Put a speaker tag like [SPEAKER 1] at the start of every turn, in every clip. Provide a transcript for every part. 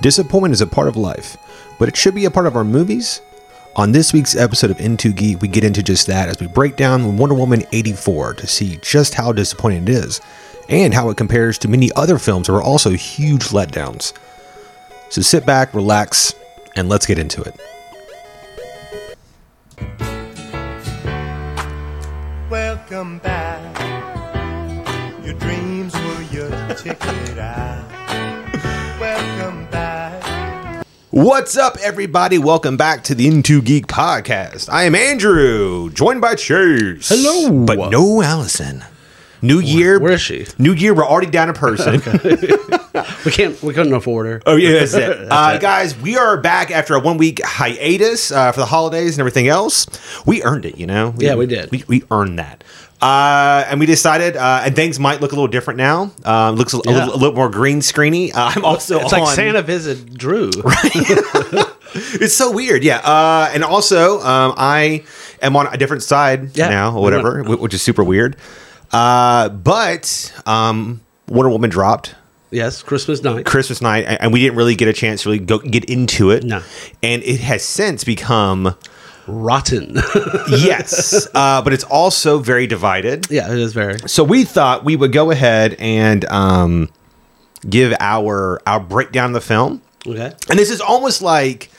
[SPEAKER 1] Disappointment is a part of life, but it should be a part of our movies. On this week's episode of Into Geek, we get into just that as we break down Wonder Woman 84 to see just how disappointing it is and how it compares to many other films that were also huge letdowns. So sit back, relax, and let's get into it.
[SPEAKER 2] Welcome back. Your dreams were your ticket out. Welcome back.
[SPEAKER 1] What's up, everybody? Welcome back to the Into Geek podcast. I am Andrew, joined by Chase.
[SPEAKER 3] Hello.
[SPEAKER 1] but no Allison. New year,
[SPEAKER 3] where is she?
[SPEAKER 1] New year, we're already down a person.
[SPEAKER 3] We can't. We couldn't afford her.
[SPEAKER 1] Oh yeah, that's it. uh, guys, we are back after a one week hiatus uh, for the holidays and everything else. We earned it, you know.
[SPEAKER 3] Yeah, we did.
[SPEAKER 1] We, we earned that. Uh, and we decided, uh, and things might look a little different now. Um, looks a, a
[SPEAKER 3] Yeah.
[SPEAKER 1] little, a little more green screeny. Uh, I'm also
[SPEAKER 3] It's
[SPEAKER 1] on,
[SPEAKER 3] like Santa visit Drew.
[SPEAKER 1] It's so weird, yeah. Uh, and also, um, I am on a different side
[SPEAKER 3] Yeah.
[SPEAKER 1] now, or whatever, wh- which is super weird. Uh, but um, Wonder Woman dropped.
[SPEAKER 3] Yes, Christmas night.
[SPEAKER 1] Christmas night, a- and we didn't really get a chance to really go get into it.
[SPEAKER 3] No.
[SPEAKER 1] and it has since become
[SPEAKER 3] Rotten.
[SPEAKER 1] yes, uh, but it's also very divided.
[SPEAKER 3] yeah, it is very.
[SPEAKER 1] So we thought we would go ahead and um, give our our breakdown of the film,
[SPEAKER 3] Okay.
[SPEAKER 1] and this is almost like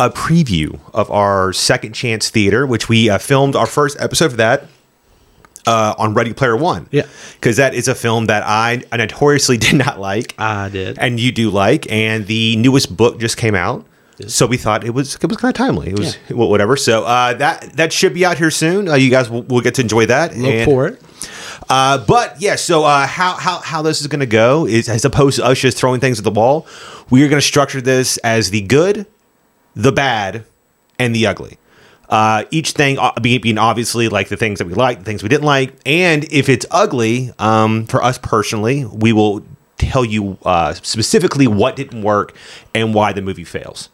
[SPEAKER 1] a preview of our second chance theater, which we uh, filmed our first episode of that. Uh, on Ready Player One,
[SPEAKER 3] Yeah.
[SPEAKER 1] because that is a film that I notoriously did not like
[SPEAKER 3] I did.
[SPEAKER 1] and you do like and the newest book just came out so we thought it was it was kind of timely it was wh- whatever so uh, that that should be out here soon uh, you guys will, will get to enjoy that
[SPEAKER 3] Look
[SPEAKER 1] and,
[SPEAKER 3] for it.
[SPEAKER 1] uh, but yeah so uh, how, how how this is going to go is as opposed to us just throwing things at the wall we are going to structure this as the good the bad and the ugly uh, each thing uh, be- being obviously like the things that we like, the things we didn't like, and if it's ugly um, for us personally, we will tell you uh, specifically what didn't work and why the movie fails.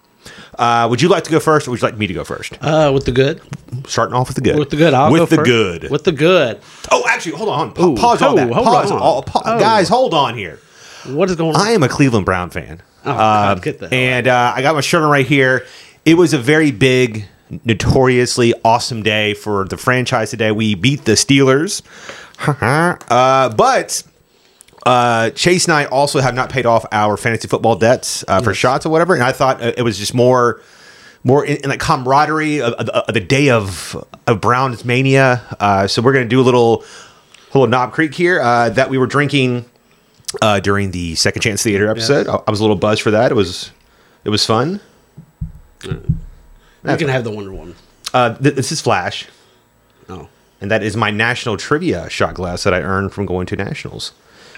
[SPEAKER 1] Uh, would you like to go first, or would you like me to go first?
[SPEAKER 3] Uh, with the good.
[SPEAKER 1] Starting off with the good.
[SPEAKER 3] With the good. I'll
[SPEAKER 1] with
[SPEAKER 3] go
[SPEAKER 1] the
[SPEAKER 3] first.
[SPEAKER 1] good.
[SPEAKER 3] With the good.
[SPEAKER 1] oh, actually, hold on. Pa-
[SPEAKER 3] Ooh,
[SPEAKER 1] pause all
[SPEAKER 3] oh,
[SPEAKER 1] that.
[SPEAKER 3] hold
[SPEAKER 1] pause
[SPEAKER 3] on.
[SPEAKER 1] all. pa-
[SPEAKER 3] Oh.
[SPEAKER 1] Guys, hold on here.
[SPEAKER 3] What is going on?
[SPEAKER 1] I am a Cleveland Brown fan.
[SPEAKER 3] Oh, God,
[SPEAKER 1] Um,
[SPEAKER 3] get the hell
[SPEAKER 1] and uh, I got my shirt on right here. It was a very big, notoriously awesome day for the franchise today. We beat the Steelers. uh, but uh, Chase and I also have not paid off our fantasy football debts uh, for shots or whatever. And I thought uh, it was just more. More in, in like camaraderie of, of, of the day of of Browns mania, uh, so we're gonna do a little little Knob Creek here uh, that we were drinking uh, during the Second Chance Theater episode. I, I was a little buzzed for that. It was it was fun.
[SPEAKER 3] you can have the Wonder Woman.
[SPEAKER 1] Uh, th- this is Flash,
[SPEAKER 3] Oh.
[SPEAKER 1] and that is my national trivia shot glass that I earned from going to nationals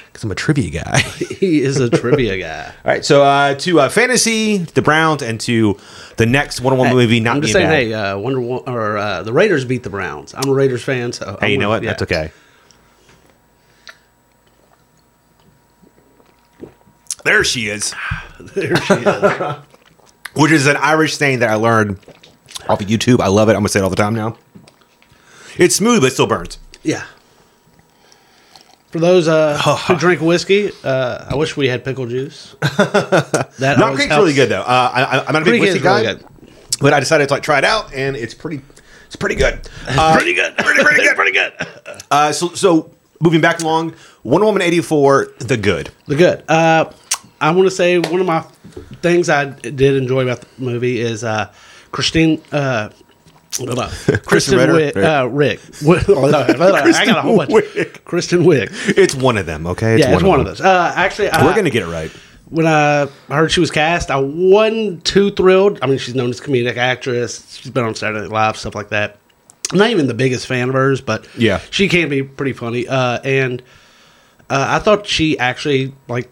[SPEAKER 1] because I'm a trivia guy.
[SPEAKER 3] He is a trivia guy.
[SPEAKER 1] All right, so uh, to uh, fantasy, the Browns, and to the next Wonder Woman movie. Not
[SPEAKER 3] I'm just
[SPEAKER 1] being
[SPEAKER 3] saying,
[SPEAKER 1] bad.
[SPEAKER 3] hey, uh, Wonder Woman or uh, the Raiders beat the Browns. I'm a Raiders fan, so
[SPEAKER 1] Hey,
[SPEAKER 3] I'm
[SPEAKER 1] you know
[SPEAKER 3] with-
[SPEAKER 1] what?
[SPEAKER 3] yeah.
[SPEAKER 1] That's okay. There she is.
[SPEAKER 3] There she is.
[SPEAKER 1] which is an Irish saying that I learned off of YouTube. I love it. I'm gonna say it all the time now. It's smooth, but it still burns.
[SPEAKER 3] Yeah. For those uh, who drink whiskey, uh, I wish we had pickle juice. That
[SPEAKER 1] Knob
[SPEAKER 3] always
[SPEAKER 1] Creek's
[SPEAKER 3] helps.
[SPEAKER 1] really good though. Uh, I, I, I'm not a big
[SPEAKER 3] Creek
[SPEAKER 1] whiskey
[SPEAKER 3] is really
[SPEAKER 1] guy,
[SPEAKER 3] good.
[SPEAKER 1] but I decided to like try it out, and it's pretty. It's pretty good. Uh,
[SPEAKER 3] pretty good. Pretty, pretty good. pretty good.
[SPEAKER 1] uh, so, so moving back along, Wonder Woman '84, the good.
[SPEAKER 3] The good. Uh, I want to say one of my things I did enjoy about the movie is uh, Christine. Uh, blah, blah. Kristen
[SPEAKER 1] Ritter?
[SPEAKER 3] Wiig. Uh, Rick. Wiig- blah, blah, blah, blah. I got a whole bunch.
[SPEAKER 1] Wiig.
[SPEAKER 3] Kristen Wiig.
[SPEAKER 1] It's one of them. Okay,
[SPEAKER 3] Yeah, it's one, of those. Uh, actually, I,
[SPEAKER 1] We're gonna get it right.
[SPEAKER 3] when I heard she was cast, I wasn't too thrilled. I mean, she's known as a comedic actress. She's been on Saturday Night Live, stuff like that. I'm not even the biggest fan of hers, but
[SPEAKER 1] Yeah.
[SPEAKER 3] she can be pretty funny. Uh, and uh, I thought she actually like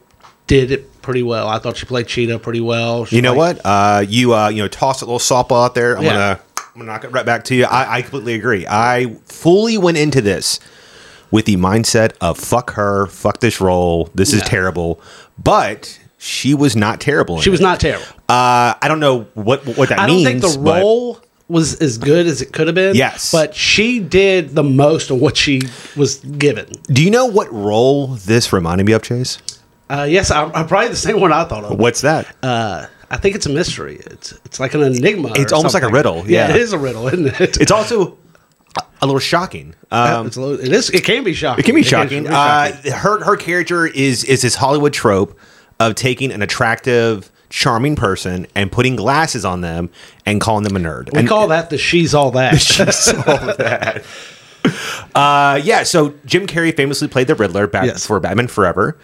[SPEAKER 3] did it pretty well. I thought she played Cheetah pretty well. She,
[SPEAKER 1] You know
[SPEAKER 3] like-
[SPEAKER 1] what? Uh, you uh, you know, toss a little softball out there. I'm
[SPEAKER 3] Yeah.
[SPEAKER 1] gonna I'm gonna knock it right back to you. I, I completely agree. I fully went into this with the mindset of fuck her, fuck this role, this is
[SPEAKER 3] Yeah.
[SPEAKER 1] terrible. But she was not terrible. in
[SPEAKER 3] She was
[SPEAKER 1] it.
[SPEAKER 3] not terrible.
[SPEAKER 1] Uh, I don't know what what that
[SPEAKER 3] I don't
[SPEAKER 1] means.
[SPEAKER 3] think the
[SPEAKER 1] but-
[SPEAKER 3] role was as good as it could have been.
[SPEAKER 1] Yes.
[SPEAKER 3] but she did the most of what she was given.
[SPEAKER 1] do you know what role this reminded me of, Chase?
[SPEAKER 3] Uh, yes, I'm, I'm probably the same one I thought of.
[SPEAKER 1] What's that?
[SPEAKER 3] Uh, I think it's a mystery. It's it's like an enigma. or
[SPEAKER 1] It's almost like a
[SPEAKER 3] something.
[SPEAKER 1] riddle, yeah.
[SPEAKER 3] it is a riddle, isn't it?
[SPEAKER 1] It's also a- a little shocking. Um,
[SPEAKER 3] it's a little, it is. It can be shocking.
[SPEAKER 1] It can be
[SPEAKER 3] It
[SPEAKER 1] shocking.
[SPEAKER 3] can be shocking.
[SPEAKER 1] Uh, her her character is is this Hollywood trope of taking an attractive, charming person and putting glasses on them and calling them a nerd.
[SPEAKER 3] we
[SPEAKER 1] and
[SPEAKER 3] call that the she's all that.
[SPEAKER 1] she's all that. Uh, yeah. So Jim Carrey famously played the Riddler back
[SPEAKER 3] Yes.
[SPEAKER 1] for Batman Forever.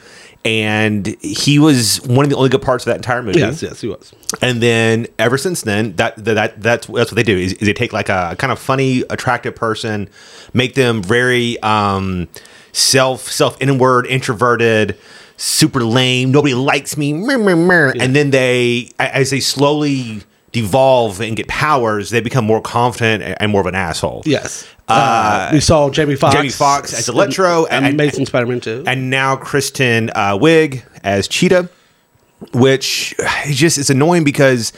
[SPEAKER 1] And he was one of the only good parts of that entire movie.
[SPEAKER 3] yes, yes, he was.
[SPEAKER 1] And then ever since then, that that, that that's that's what they do is, is they take like a kind of funny, attractive person, make them very um, self self inward, introverted, super lame. Nobody likes me, meh, meh, meh. and then they a- as they slowly devolve and get powers, they become more confident and- and more of an asshole.
[SPEAKER 3] Yes. Uh, we saw Jamie Foxx.
[SPEAKER 1] Jamie Foxx as Electro
[SPEAKER 3] and,
[SPEAKER 1] and-
[SPEAKER 3] Amazing Spider-Man 2.
[SPEAKER 1] and now Kristen uh, Wig as Cheetah, which is just it's annoying because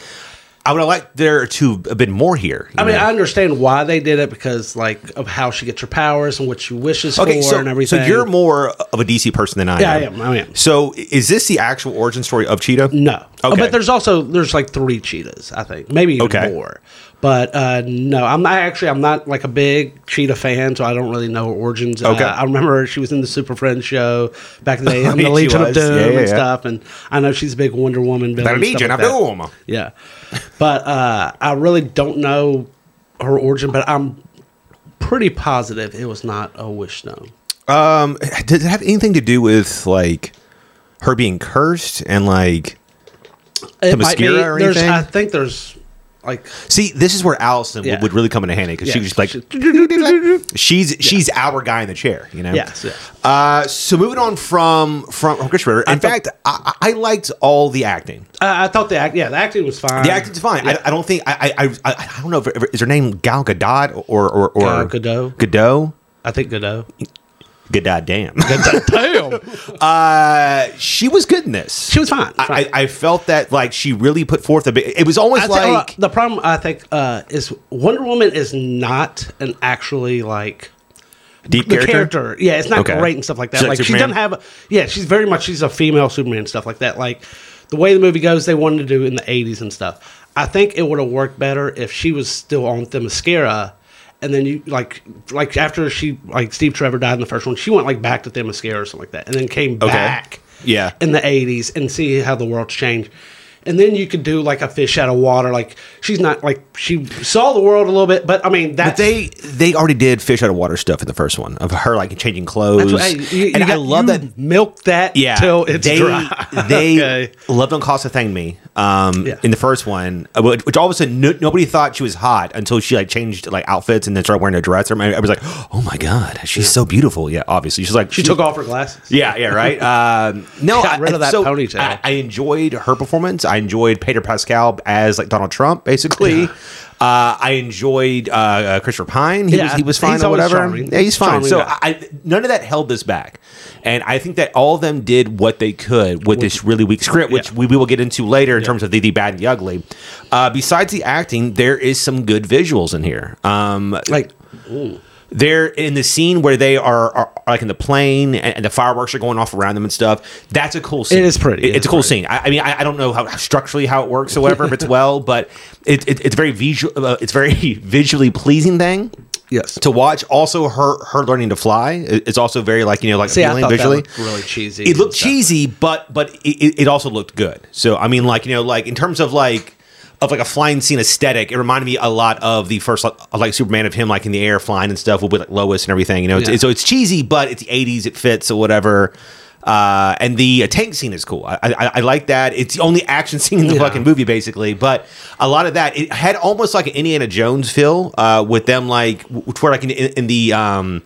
[SPEAKER 1] I would have liked there to have been more here. you
[SPEAKER 3] I mean,
[SPEAKER 1] know?
[SPEAKER 3] I understand why they did it because, like, of how she gets her powers and what she wishes
[SPEAKER 1] okay,
[SPEAKER 3] for
[SPEAKER 1] so,
[SPEAKER 3] and everything.
[SPEAKER 1] so you're more of a DC person than I
[SPEAKER 3] Yeah,
[SPEAKER 1] am.
[SPEAKER 3] I am, I am.
[SPEAKER 1] So i- is this the actual origin story of Cheetah?
[SPEAKER 3] No. Uh,
[SPEAKER 1] Okay.
[SPEAKER 3] But there's also there's like three cheetahs, I think. Maybe even
[SPEAKER 1] Okay.
[SPEAKER 3] more. But uh, no, I'm not actually I'm not like a big cheetah fan, so I don't really know her origins.
[SPEAKER 1] Okay.
[SPEAKER 3] Uh, I remember she was in the Super Friends show back in the day, in
[SPEAKER 1] She
[SPEAKER 3] the Legion of
[SPEAKER 1] was.
[SPEAKER 3] Doom
[SPEAKER 1] Yeah, yeah,
[SPEAKER 3] and
[SPEAKER 1] yeah.
[SPEAKER 3] stuff, and I know she's a big Wonder Woman villain.
[SPEAKER 1] the
[SPEAKER 3] and stuff
[SPEAKER 1] Legion
[SPEAKER 3] like
[SPEAKER 1] of
[SPEAKER 3] that.
[SPEAKER 1] Doom.
[SPEAKER 3] Yeah. But uh, I really don't know her origin, but I'm pretty positive it was not a wish stone.
[SPEAKER 1] Um, does it have anything to do with like her being cursed and like?
[SPEAKER 3] It
[SPEAKER 1] mascara or
[SPEAKER 3] there's,
[SPEAKER 1] anything?
[SPEAKER 3] I think there's like
[SPEAKER 1] See, this is where Allison
[SPEAKER 3] Yeah.
[SPEAKER 1] would, would really come into handy because she
[SPEAKER 3] Yeah,
[SPEAKER 1] was just like,
[SPEAKER 3] she-
[SPEAKER 1] she's she's our guy in the chair, you know.
[SPEAKER 3] Yes, yes.
[SPEAKER 1] Uh, so moving on from from from Chris Ritter. In
[SPEAKER 3] thought-
[SPEAKER 1] fact, I, I I liked all the acting.
[SPEAKER 3] I I thought the act, yeah, the acting was fine.
[SPEAKER 1] The acting's fine. I, I don't think I I, I I don't know if if- is her name Gal Gadot or or or
[SPEAKER 3] Gal Gadot.
[SPEAKER 1] Gadot.
[SPEAKER 3] I think Godot.
[SPEAKER 1] Gadot, damn.
[SPEAKER 3] Damn,
[SPEAKER 1] uh, she was good in this.
[SPEAKER 3] she was fine.
[SPEAKER 1] I,
[SPEAKER 3] fine.
[SPEAKER 1] I I felt that like she really put forth a bit. It was almost
[SPEAKER 3] I think, uh,
[SPEAKER 1] like
[SPEAKER 3] the problem I think uh, is Wonder Woman is not an actually like
[SPEAKER 1] deep
[SPEAKER 3] uh, the
[SPEAKER 1] character.
[SPEAKER 3] character. Yeah, it's not
[SPEAKER 1] Okay.
[SPEAKER 3] great and stuff like that.
[SPEAKER 1] She's like
[SPEAKER 3] like she
[SPEAKER 1] Superman?
[SPEAKER 3] doesn't have. A, yeah, she's very much she's a female Superman and stuff like that. Like the way the movie goes, they wanted to do in the '80s and stuff. I think it would have worked better if she was still on the mascara. And then you like like after she like Steve Trevor died in the first one, she went like back to the mascara or something like that, and then came back
[SPEAKER 1] Yeah.
[SPEAKER 3] in the 80s and see how the world's changed. And then you could do like a fish out of water. Like she's not like she saw the world a little bit, but I mean that's
[SPEAKER 1] But they they already did fish out of water stuff in the first one of her like changing clothes.
[SPEAKER 3] that's what- hey, you, you
[SPEAKER 1] and I
[SPEAKER 3] got-
[SPEAKER 1] love
[SPEAKER 3] you
[SPEAKER 1] that
[SPEAKER 3] milk that
[SPEAKER 1] yeah,
[SPEAKER 3] till it's
[SPEAKER 1] they,
[SPEAKER 3] dry.
[SPEAKER 1] they
[SPEAKER 3] Okay.
[SPEAKER 1] love don't cost a thing me. Um,
[SPEAKER 3] Yeah.
[SPEAKER 1] in the first one, uh, which, which all of a sudden no, nobody thought she was hot until she like changed like outfits and then started wearing a dress. Or I was like, oh my god, she's so beautiful. Yeah, obviously she's like
[SPEAKER 3] she took off her glasses.
[SPEAKER 1] Yeah, yeah, right. Um, no,
[SPEAKER 3] Got
[SPEAKER 1] I-
[SPEAKER 3] rid of that
[SPEAKER 1] so
[SPEAKER 3] ponytail.
[SPEAKER 1] I, I enjoyed her performance. I enjoyed Peter Pascal as like Donald Trump, basically. Uh, I enjoyed uh, uh, Christopher Pine. He
[SPEAKER 3] Yeah,
[SPEAKER 1] was he was
[SPEAKER 3] he's
[SPEAKER 1] fine or
[SPEAKER 3] always
[SPEAKER 1] whatever.
[SPEAKER 3] charming.
[SPEAKER 1] Yeah, he's fine.
[SPEAKER 3] Charming
[SPEAKER 1] so
[SPEAKER 3] guy.
[SPEAKER 1] I, I none of that held this back, and I think that all of them did what they could with this really weak script, which
[SPEAKER 3] Yeah.
[SPEAKER 1] we, we will get into later in terms of the, the bad and the ugly. Uh, besides the acting, there is some good visuals in here. Um,
[SPEAKER 3] Like
[SPEAKER 1] they're in the scene where they are, are are, like in the plane and, and the fireworks are going off around them and stuff. That's a cool scene.
[SPEAKER 3] It is pretty.
[SPEAKER 1] It-
[SPEAKER 3] It
[SPEAKER 1] it's
[SPEAKER 3] is
[SPEAKER 1] a cool
[SPEAKER 3] pretty.
[SPEAKER 1] scene. I, I mean, I, I don't know how structurally how it works or whatever, if it's well, but it, it, it's very visual. Uh, it's very visually pleasing thing
[SPEAKER 3] yes.
[SPEAKER 1] to watch. Also, her her learning to fly i- is also very like you know like
[SPEAKER 3] See, I
[SPEAKER 1] appealing
[SPEAKER 3] thought
[SPEAKER 1] visually.
[SPEAKER 3] that looked really cheesy.
[SPEAKER 1] It looked
[SPEAKER 3] and stuff.
[SPEAKER 1] cheesy, but but it- it, it also looked good. So I mean, like you know, like in terms of like of like a flying scene aesthetic, it reminded me a lot of the first like, like Superman of him like in the air flying and stuff with like Lois and everything. You know, it's,
[SPEAKER 3] Yeah.
[SPEAKER 1] so it's cheesy, but it's the '80s. It fits or whatever. Uh, and the uh, tank scene is cool. I, I I like that. It's the only action scene in the
[SPEAKER 3] Yeah.
[SPEAKER 1] fucking movie, basically. But a lot of that it had almost like an Indiana Jones feel uh, with them, like which were like in, in the um,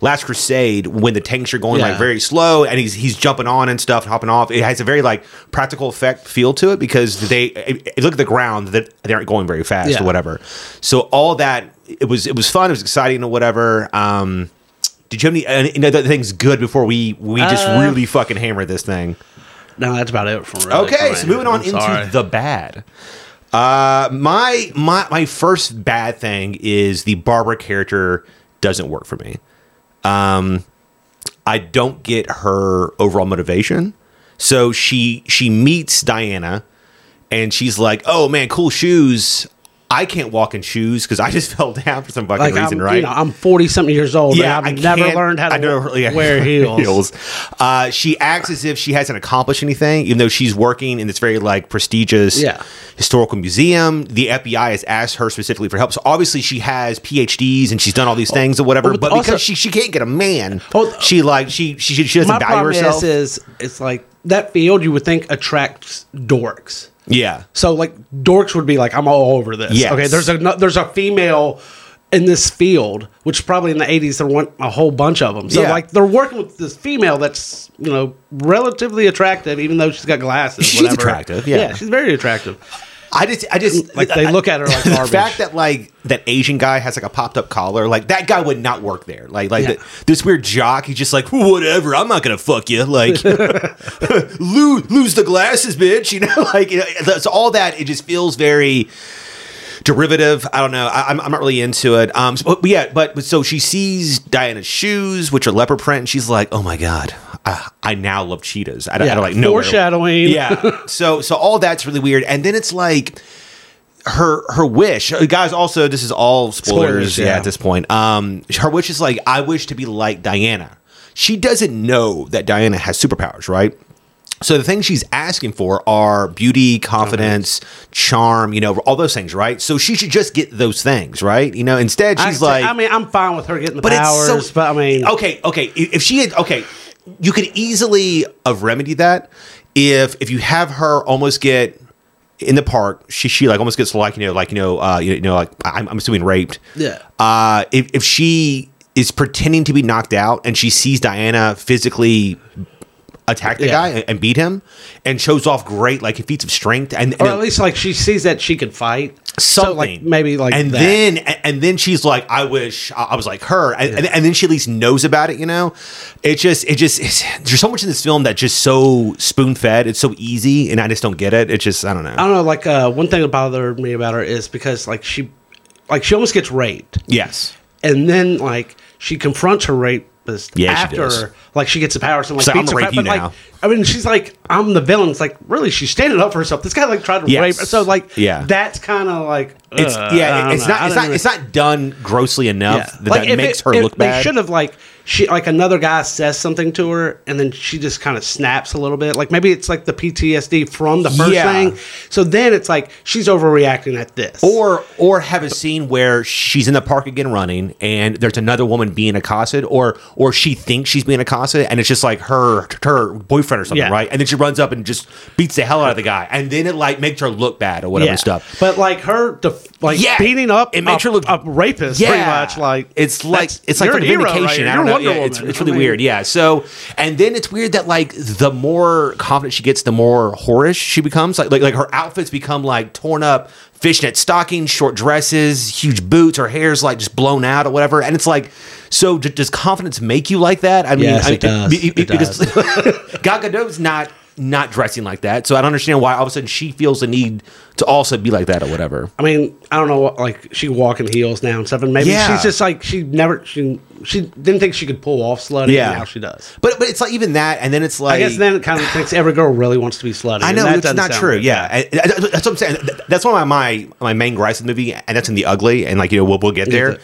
[SPEAKER 1] Last Crusade when the tanks are going like
[SPEAKER 3] Yeah.
[SPEAKER 1] very slow and he's he's jumping on and stuff, hopping off. It has a very like practical effect feel to it because they it, it- look at the ground that they aren't going very fast
[SPEAKER 3] Yeah.
[SPEAKER 1] or whatever. So all that it was it was fun, it was exciting or whatever. Um, did you have any, any any other things good before we we just
[SPEAKER 3] Uh,
[SPEAKER 1] really fucking hammer this thing?
[SPEAKER 3] No, that's about it for really
[SPEAKER 1] Okay,
[SPEAKER 3] for
[SPEAKER 1] so
[SPEAKER 3] me.
[SPEAKER 1] moving on
[SPEAKER 3] I'm
[SPEAKER 1] into
[SPEAKER 3] sorry.
[SPEAKER 1] the bad. Uh, my my my first bad thing is the Barbara character doesn't work for me. Um, I don't get her overall motivation. So she she meets Diana, and she's like, "Oh man, cool shoes." I can't walk in shoes because I just fell down for some fucking
[SPEAKER 3] Like
[SPEAKER 1] reason,
[SPEAKER 3] I'm,
[SPEAKER 1] right?
[SPEAKER 3] you know, I'm 40 something years old. Yeah,
[SPEAKER 1] I
[SPEAKER 3] I've never
[SPEAKER 1] can't-
[SPEAKER 3] learned how to
[SPEAKER 1] I never- yeah,
[SPEAKER 3] wear heels.
[SPEAKER 1] Uh, she acts as if she hasn't accomplished anything, even though she's working in this very like prestigious
[SPEAKER 3] Yeah.
[SPEAKER 1] historical museum. The FBI has asked her specifically for help, so obviously she has PhDs and she's done all these things or whatever.
[SPEAKER 3] Oh, but
[SPEAKER 1] but
[SPEAKER 3] also-
[SPEAKER 1] because she, she can't get a man,
[SPEAKER 3] Oh,
[SPEAKER 1] she like she she, she doesn't
[SPEAKER 3] My
[SPEAKER 1] value
[SPEAKER 3] problem
[SPEAKER 1] herself.
[SPEAKER 3] is, is it's like that field you would think attracts dorks.
[SPEAKER 1] yeah,
[SPEAKER 3] So like dorks would be like, I'm all over this.
[SPEAKER 1] Yes.
[SPEAKER 3] Okay, there's a there's a female in this field, which probably in the 80s there weren't a whole bunch of them. So
[SPEAKER 1] Yeah.
[SPEAKER 3] like they're working with this female that's you know relatively attractive, even though she's got glasses.
[SPEAKER 1] She's
[SPEAKER 3] whatever.
[SPEAKER 1] attractive, yeah.
[SPEAKER 3] she's very attractive.
[SPEAKER 1] I just I just
[SPEAKER 3] Like they look at her like
[SPEAKER 1] the
[SPEAKER 3] garbage.
[SPEAKER 1] fact that like that Asian guy has like a popped up collar, like that guy would not work there. Like like
[SPEAKER 3] Yeah.
[SPEAKER 1] th- this weird jock, he's just like whatever. I'm not gonna fuck you. Like lose lose the glasses, bitch. You know, like you know, that's all that. It just feels very derivative. I don't know. I, I'm, I'm not really into it. Um, so- but, but yeah, but, but so she sees Diana's shoes, which are leopard print, and she's like, oh my god. I, I now love cheetahs. I, don't I
[SPEAKER 3] Yeah,
[SPEAKER 1] don't like no
[SPEAKER 3] foreshadowing.
[SPEAKER 1] Yeah. So so all that's really weird. And then it's like her her wish uh, guys also this is all spoilers,
[SPEAKER 3] Spoilers,
[SPEAKER 1] yeah.
[SPEAKER 3] yeah.
[SPEAKER 1] at this point um her wish is like i wish to be like diana she doesn't know that diana has superpowers right so the things she's asking for are beauty confidence charm you know all those things right so she should just get those things right you know instead she's
[SPEAKER 3] I,
[SPEAKER 1] like
[SPEAKER 3] I mean, I'm fine with her getting the
[SPEAKER 1] but
[SPEAKER 3] powers,
[SPEAKER 1] it's so.
[SPEAKER 3] but I mean,
[SPEAKER 1] okay, okay. i- If she had, okay, you could easily have remedied that if if you have her almost get in the park. She she like almost gets like you know like you know uh you know like I'm, I'm assuming raped.
[SPEAKER 3] Yeah.
[SPEAKER 1] Uh, if if she is pretending to be knocked out and she sees Diana physically attack the
[SPEAKER 3] Yeah.
[SPEAKER 1] guy and, and beat him and shows off great like feats of strength and, and
[SPEAKER 3] or at least like she sees that she can fight.
[SPEAKER 1] something
[SPEAKER 3] So like maybe like
[SPEAKER 1] and
[SPEAKER 3] that.
[SPEAKER 1] then and, and then she's like i wish i I was like her and, and, and then she at least knows about it you know it just it just it's, there's so much in this film that's just so spoon-fed it's so easy and i just don't get it it's just i don't know
[SPEAKER 3] I don't know. Like uh, one thing that bothered me about her is because like she, like she almost gets raped,
[SPEAKER 1] yes
[SPEAKER 3] and then like she confronts her rapist
[SPEAKER 1] Yeah, she
[SPEAKER 3] after,
[SPEAKER 1] does.
[SPEAKER 3] like she gets the powers and like
[SPEAKER 1] So, "I'ma
[SPEAKER 3] beats her.
[SPEAKER 1] rape
[SPEAKER 3] crap,"
[SPEAKER 1] you
[SPEAKER 3] but, like,
[SPEAKER 1] now.
[SPEAKER 3] I mean, she's like, I'm the villain. It's like really, she's standing up for herself. This guy like tried to
[SPEAKER 1] Yes.
[SPEAKER 3] rape her, so like
[SPEAKER 1] Yeah.
[SPEAKER 3] that's kind of like
[SPEAKER 1] it's
[SPEAKER 3] uh, I
[SPEAKER 1] yeah
[SPEAKER 3] don't
[SPEAKER 1] it's
[SPEAKER 3] know.
[SPEAKER 1] not
[SPEAKER 3] I
[SPEAKER 1] it's
[SPEAKER 3] don't
[SPEAKER 1] not
[SPEAKER 3] even-
[SPEAKER 1] it's not done grossly enough that, that
[SPEAKER 3] if
[SPEAKER 1] makes
[SPEAKER 3] it-
[SPEAKER 1] her
[SPEAKER 3] if
[SPEAKER 1] look
[SPEAKER 3] they
[SPEAKER 1] bad
[SPEAKER 3] should have like she like another guy says something to her and then she just kind of snaps a little bit. Like maybe it's like the PTSD from the first
[SPEAKER 1] Yeah.
[SPEAKER 3] thing. So then it's like she's overreacting at this.
[SPEAKER 1] or or have a scene where she's in the park again running and there's another woman being accosted or or she thinks she's being accosted and it's just like her her boyfriend or something
[SPEAKER 3] Yeah.
[SPEAKER 1] right and then she runs up and just beats the hell out of the guy and then it like makes her look bad or whatever
[SPEAKER 3] Yeah.
[SPEAKER 1] stuff
[SPEAKER 3] But like her, def- like
[SPEAKER 1] Yeah.
[SPEAKER 3] beating up,
[SPEAKER 1] It makes
[SPEAKER 3] a,
[SPEAKER 1] her look-
[SPEAKER 3] a rapist. Pretty much like
[SPEAKER 1] it's like
[SPEAKER 3] that's-
[SPEAKER 1] it's like
[SPEAKER 3] you're a hero, right?
[SPEAKER 1] vindication. I
[SPEAKER 3] You're
[SPEAKER 1] don't know.
[SPEAKER 3] Wonder
[SPEAKER 1] Yeah, it's,
[SPEAKER 3] Woman.
[SPEAKER 1] it's
[SPEAKER 3] I
[SPEAKER 1] really
[SPEAKER 3] mean,
[SPEAKER 1] weird. Yeah. So and then it's weird that like the more confident she gets, the more whorish she becomes. Like like like her outfits become like torn up fishnet stockings, short dresses, huge boots. Her hair's like just blown out or whatever. And it's like so. d- does confidence make you like that? I mean,
[SPEAKER 3] Yes,
[SPEAKER 1] I,
[SPEAKER 3] it does. It
[SPEAKER 1] because- Gal Gadot's not not dressing like that, so I don't understand why all of a sudden she feels the need to also be like that or whatever.
[SPEAKER 3] I mean, I don't know. what- Like she walk in heels now and stuff, and maybe
[SPEAKER 1] Yeah.
[SPEAKER 3] she's just like she never she she didn't think she could pull off slutty.
[SPEAKER 1] Yeah.
[SPEAKER 3] and now she does.
[SPEAKER 1] But but it's like even that, and then it's like
[SPEAKER 3] I guess then it kind of thinks every girl really wants to be slutty.
[SPEAKER 1] I
[SPEAKER 3] and
[SPEAKER 1] know
[SPEAKER 3] that
[SPEAKER 1] it's
[SPEAKER 3] doesn't
[SPEAKER 1] not
[SPEAKER 3] sound
[SPEAKER 1] true.
[SPEAKER 3] good.
[SPEAKER 1] Yeah, And- and that's what I'm saying. Th- That's one of my my main gripes in the movie, and that's in the ugly. And like you know, we'll, we'll get there.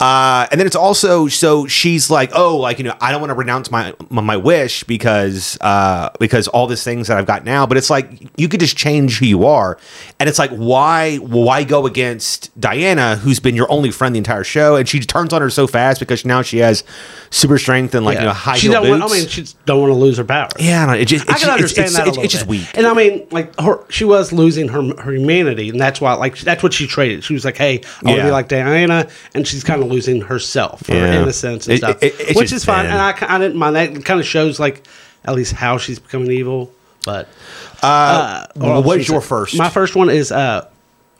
[SPEAKER 1] Uh, and then it's also so she's like, oh, like you know, I don't want to renounce my my, my wish because uh, because all these things that I've got now. But it's like you could just change who you are, and it's like why why go against Diana, who's been your only friend the entire show, and she turns on her so fast because now she has super strength and like you know high
[SPEAKER 3] she
[SPEAKER 1] heel
[SPEAKER 3] don't
[SPEAKER 1] boots.
[SPEAKER 3] want, I mean, she just don't want to lose her power.
[SPEAKER 1] yeah, I don't know, it just,
[SPEAKER 3] I
[SPEAKER 1] it's-
[SPEAKER 3] can
[SPEAKER 1] it's-
[SPEAKER 3] understand
[SPEAKER 1] it's,
[SPEAKER 3] that a
[SPEAKER 1] it's,
[SPEAKER 3] little
[SPEAKER 1] it's just
[SPEAKER 3] bit.
[SPEAKER 1] weak.
[SPEAKER 3] And I mean, like her, she was losing her her humanity, and that's why, like, that's what she traded. She was like, "Hey, I want to
[SPEAKER 1] Yeah.
[SPEAKER 3] be like Diana," and she's kind of losing herself, her
[SPEAKER 1] Yeah.
[SPEAKER 3] innocence and
[SPEAKER 1] It-
[SPEAKER 3] stuff,
[SPEAKER 1] it- it's
[SPEAKER 3] which
[SPEAKER 1] just
[SPEAKER 3] is fine.
[SPEAKER 1] bad.
[SPEAKER 3] And I, ki- I didn't mind that. It kind of shows like at least how she's becoming evil. But uh,
[SPEAKER 1] what
[SPEAKER 3] what
[SPEAKER 1] is your first?
[SPEAKER 3] My first one is uh,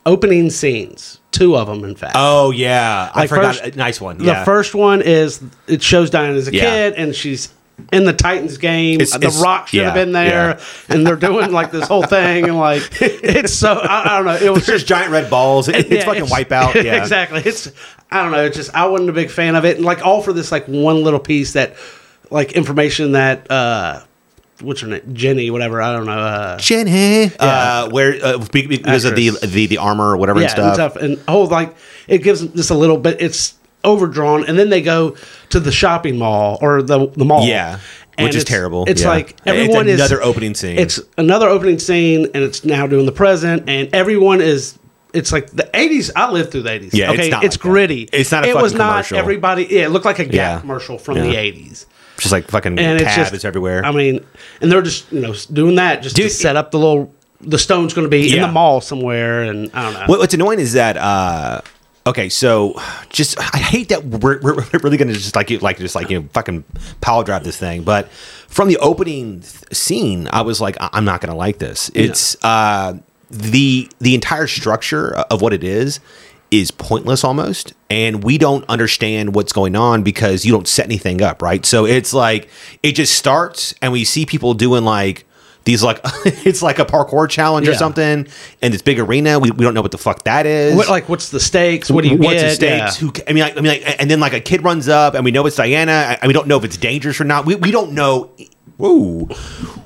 [SPEAKER 3] opening scenes. Two of them, in fact.
[SPEAKER 1] Oh yeah, I
[SPEAKER 3] Like,
[SPEAKER 1] forgot.
[SPEAKER 3] first-
[SPEAKER 1] a nice one.
[SPEAKER 3] The
[SPEAKER 1] yeah.
[SPEAKER 3] first one is it shows Diane as a
[SPEAKER 1] Yeah.
[SPEAKER 3] kid, and she's in the Titans game. Uh,
[SPEAKER 1] It's-
[SPEAKER 3] the
[SPEAKER 1] it's-
[SPEAKER 3] Rock should have
[SPEAKER 1] yeah,
[SPEAKER 3] been there, and they're doing like this whole thing, and like it's so I, I don't know. It was
[SPEAKER 1] There's
[SPEAKER 3] just
[SPEAKER 1] giant red balls. It- it's
[SPEAKER 3] yeah,
[SPEAKER 1] fucking wipeout. Yeah,
[SPEAKER 3] exactly. It's I don't know. It's just I wasn't a big fan of it, and like all for this like one little piece that like information that uh what's her name, Jenny, whatever. I don't know. Uh,
[SPEAKER 1] Jenny, uh, where uh, be- be- because of the,
[SPEAKER 3] Actress.
[SPEAKER 1] the the armor or whatever and
[SPEAKER 3] yeah,
[SPEAKER 1] stuff.
[SPEAKER 3] and stuff, and oh, like it gives them just a little bit. It's overdrawn, and then they go to the shopping mall or the the mall.
[SPEAKER 1] Yeah,
[SPEAKER 3] and
[SPEAKER 1] which is
[SPEAKER 3] it's-
[SPEAKER 1] terrible.
[SPEAKER 3] It's
[SPEAKER 1] Yeah.
[SPEAKER 3] like
[SPEAKER 1] It's
[SPEAKER 3] everyone is
[SPEAKER 1] another opening scene.
[SPEAKER 3] It's another opening scene, and it's now doing the present, and everyone is. It's like the '80s. I lived through the '80s.
[SPEAKER 1] Yeah, it's
[SPEAKER 3] okay, it's,
[SPEAKER 1] not like that.
[SPEAKER 3] gritty.
[SPEAKER 1] It's not a
[SPEAKER 3] it was
[SPEAKER 1] fucking
[SPEAKER 3] not
[SPEAKER 1] commercial.
[SPEAKER 3] everybody. Yeah, it looked like a Gap
[SPEAKER 1] Yeah.
[SPEAKER 3] commercial from
[SPEAKER 1] Yeah.
[SPEAKER 3] the '80s,
[SPEAKER 1] Just like fucking
[SPEAKER 3] and it's
[SPEAKER 1] tab
[SPEAKER 3] just
[SPEAKER 1] is everywhere.
[SPEAKER 3] I mean, and they're just you know doing that just to
[SPEAKER 1] Dude,
[SPEAKER 3] set up the little the stone's going to be in
[SPEAKER 1] Yeah.
[SPEAKER 3] the mall somewhere, and I don't know.
[SPEAKER 1] What, what's annoying is that. Uh, okay, so just I hate that we're, we're we're really gonna just like you like just like you know, fucking power drive this thing, but from the opening th- scene, I was like, I- I'm not gonna like this. It's uh, the the entire structure of what it is is pointless almost and we don't understand what's going on because you don't set anything up right so it's like it just starts and we see people doing like these like it's like a parkour challenge or
[SPEAKER 3] Yeah.
[SPEAKER 1] something and this big arena we, we don't know what the fuck that is
[SPEAKER 3] What, like, what's the stakes? What do you
[SPEAKER 1] what's
[SPEAKER 3] get?
[SPEAKER 1] at stake? Who ca- I mean, like, I mean, like, and then like a kid runs up, and we know it's Diana, and we don't know if it's dangerous or not. We we don't know. Whoa,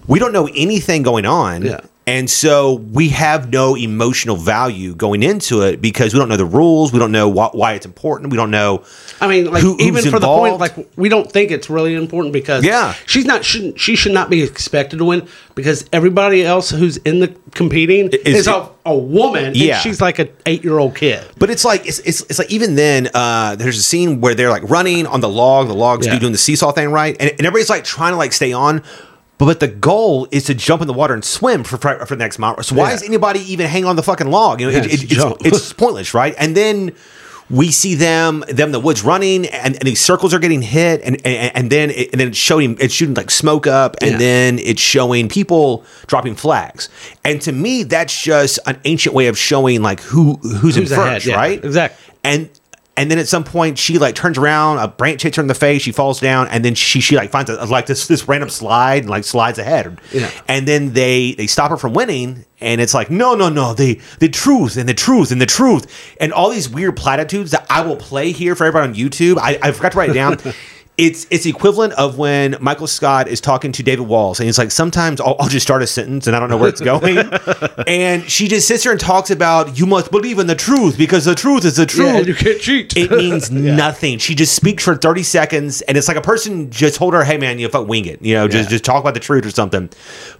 [SPEAKER 1] we don't know anything going on.
[SPEAKER 3] Yeah.
[SPEAKER 1] And so we have no emotional value going into it because we don't know the rules. We don't know why, why it's important. We don't know.
[SPEAKER 3] I mean, like
[SPEAKER 1] who-
[SPEAKER 3] even
[SPEAKER 1] who's
[SPEAKER 3] for the point,
[SPEAKER 1] involved.
[SPEAKER 3] like we don't think it's really important because
[SPEAKER 1] Yeah.
[SPEAKER 3] she's not shouldn't she should not be expected to win because everybody else who's in the competing is,
[SPEAKER 1] Is-
[SPEAKER 3] a, a woman.
[SPEAKER 1] Yeah.
[SPEAKER 3] and she's like an eight year old kid.
[SPEAKER 1] But it's like it's, it's it's like even then, uh, there's a scene where they're like running on the log. The log's
[SPEAKER 3] Yeah.
[SPEAKER 1] doing the seesaw thing, right? And, and everybody's like trying to like stay on. But, but the goal is to jump in the water and swim for for, for the next mile. So why
[SPEAKER 3] Yeah.
[SPEAKER 1] is anybody even hang on the fucking log? You know, it,
[SPEAKER 3] Yeah,
[SPEAKER 1] it,
[SPEAKER 3] just
[SPEAKER 1] it's,
[SPEAKER 3] jump.
[SPEAKER 1] it's pointless, right? And then we see them them in the woods running, and, and these circles are getting hit, and and, and then it, and then it's showing it's shooting like smoke up, and
[SPEAKER 3] Yeah.
[SPEAKER 1] then it's showing people dropping flags. And to me, that's just an ancient way of showing like who who's, in
[SPEAKER 3] Who's ahead,
[SPEAKER 1] first,
[SPEAKER 3] yeah,
[SPEAKER 1] right?
[SPEAKER 3] exactly.
[SPEAKER 1] And and then at some point she like turns around, a branch hits her in the face, she falls down, and then she she like finds a, like this this random slide and like slides ahead.
[SPEAKER 3] Yeah.
[SPEAKER 1] And then they they stop her from winning, and it's like no no no the the truth and the truth and the truth and all these weird platitudes that I will play here for everybody on YouTube. I, I forgot to write it down. It's it's the equivalent of when Michael Scott is talking to David Walls, and he's like, sometimes I'll, I'll just start a sentence and I don't know where it's going, and she just sits there and talks about you must believe in the truth because the truth is the truth.
[SPEAKER 3] Yeah, and you can't cheat.
[SPEAKER 1] It means nothing. She just speaks for 30 seconds, and it's like a person just told her, "Hey, man, you fuck wing it. You know, just
[SPEAKER 3] Yeah.
[SPEAKER 1] just talk about the truth or something."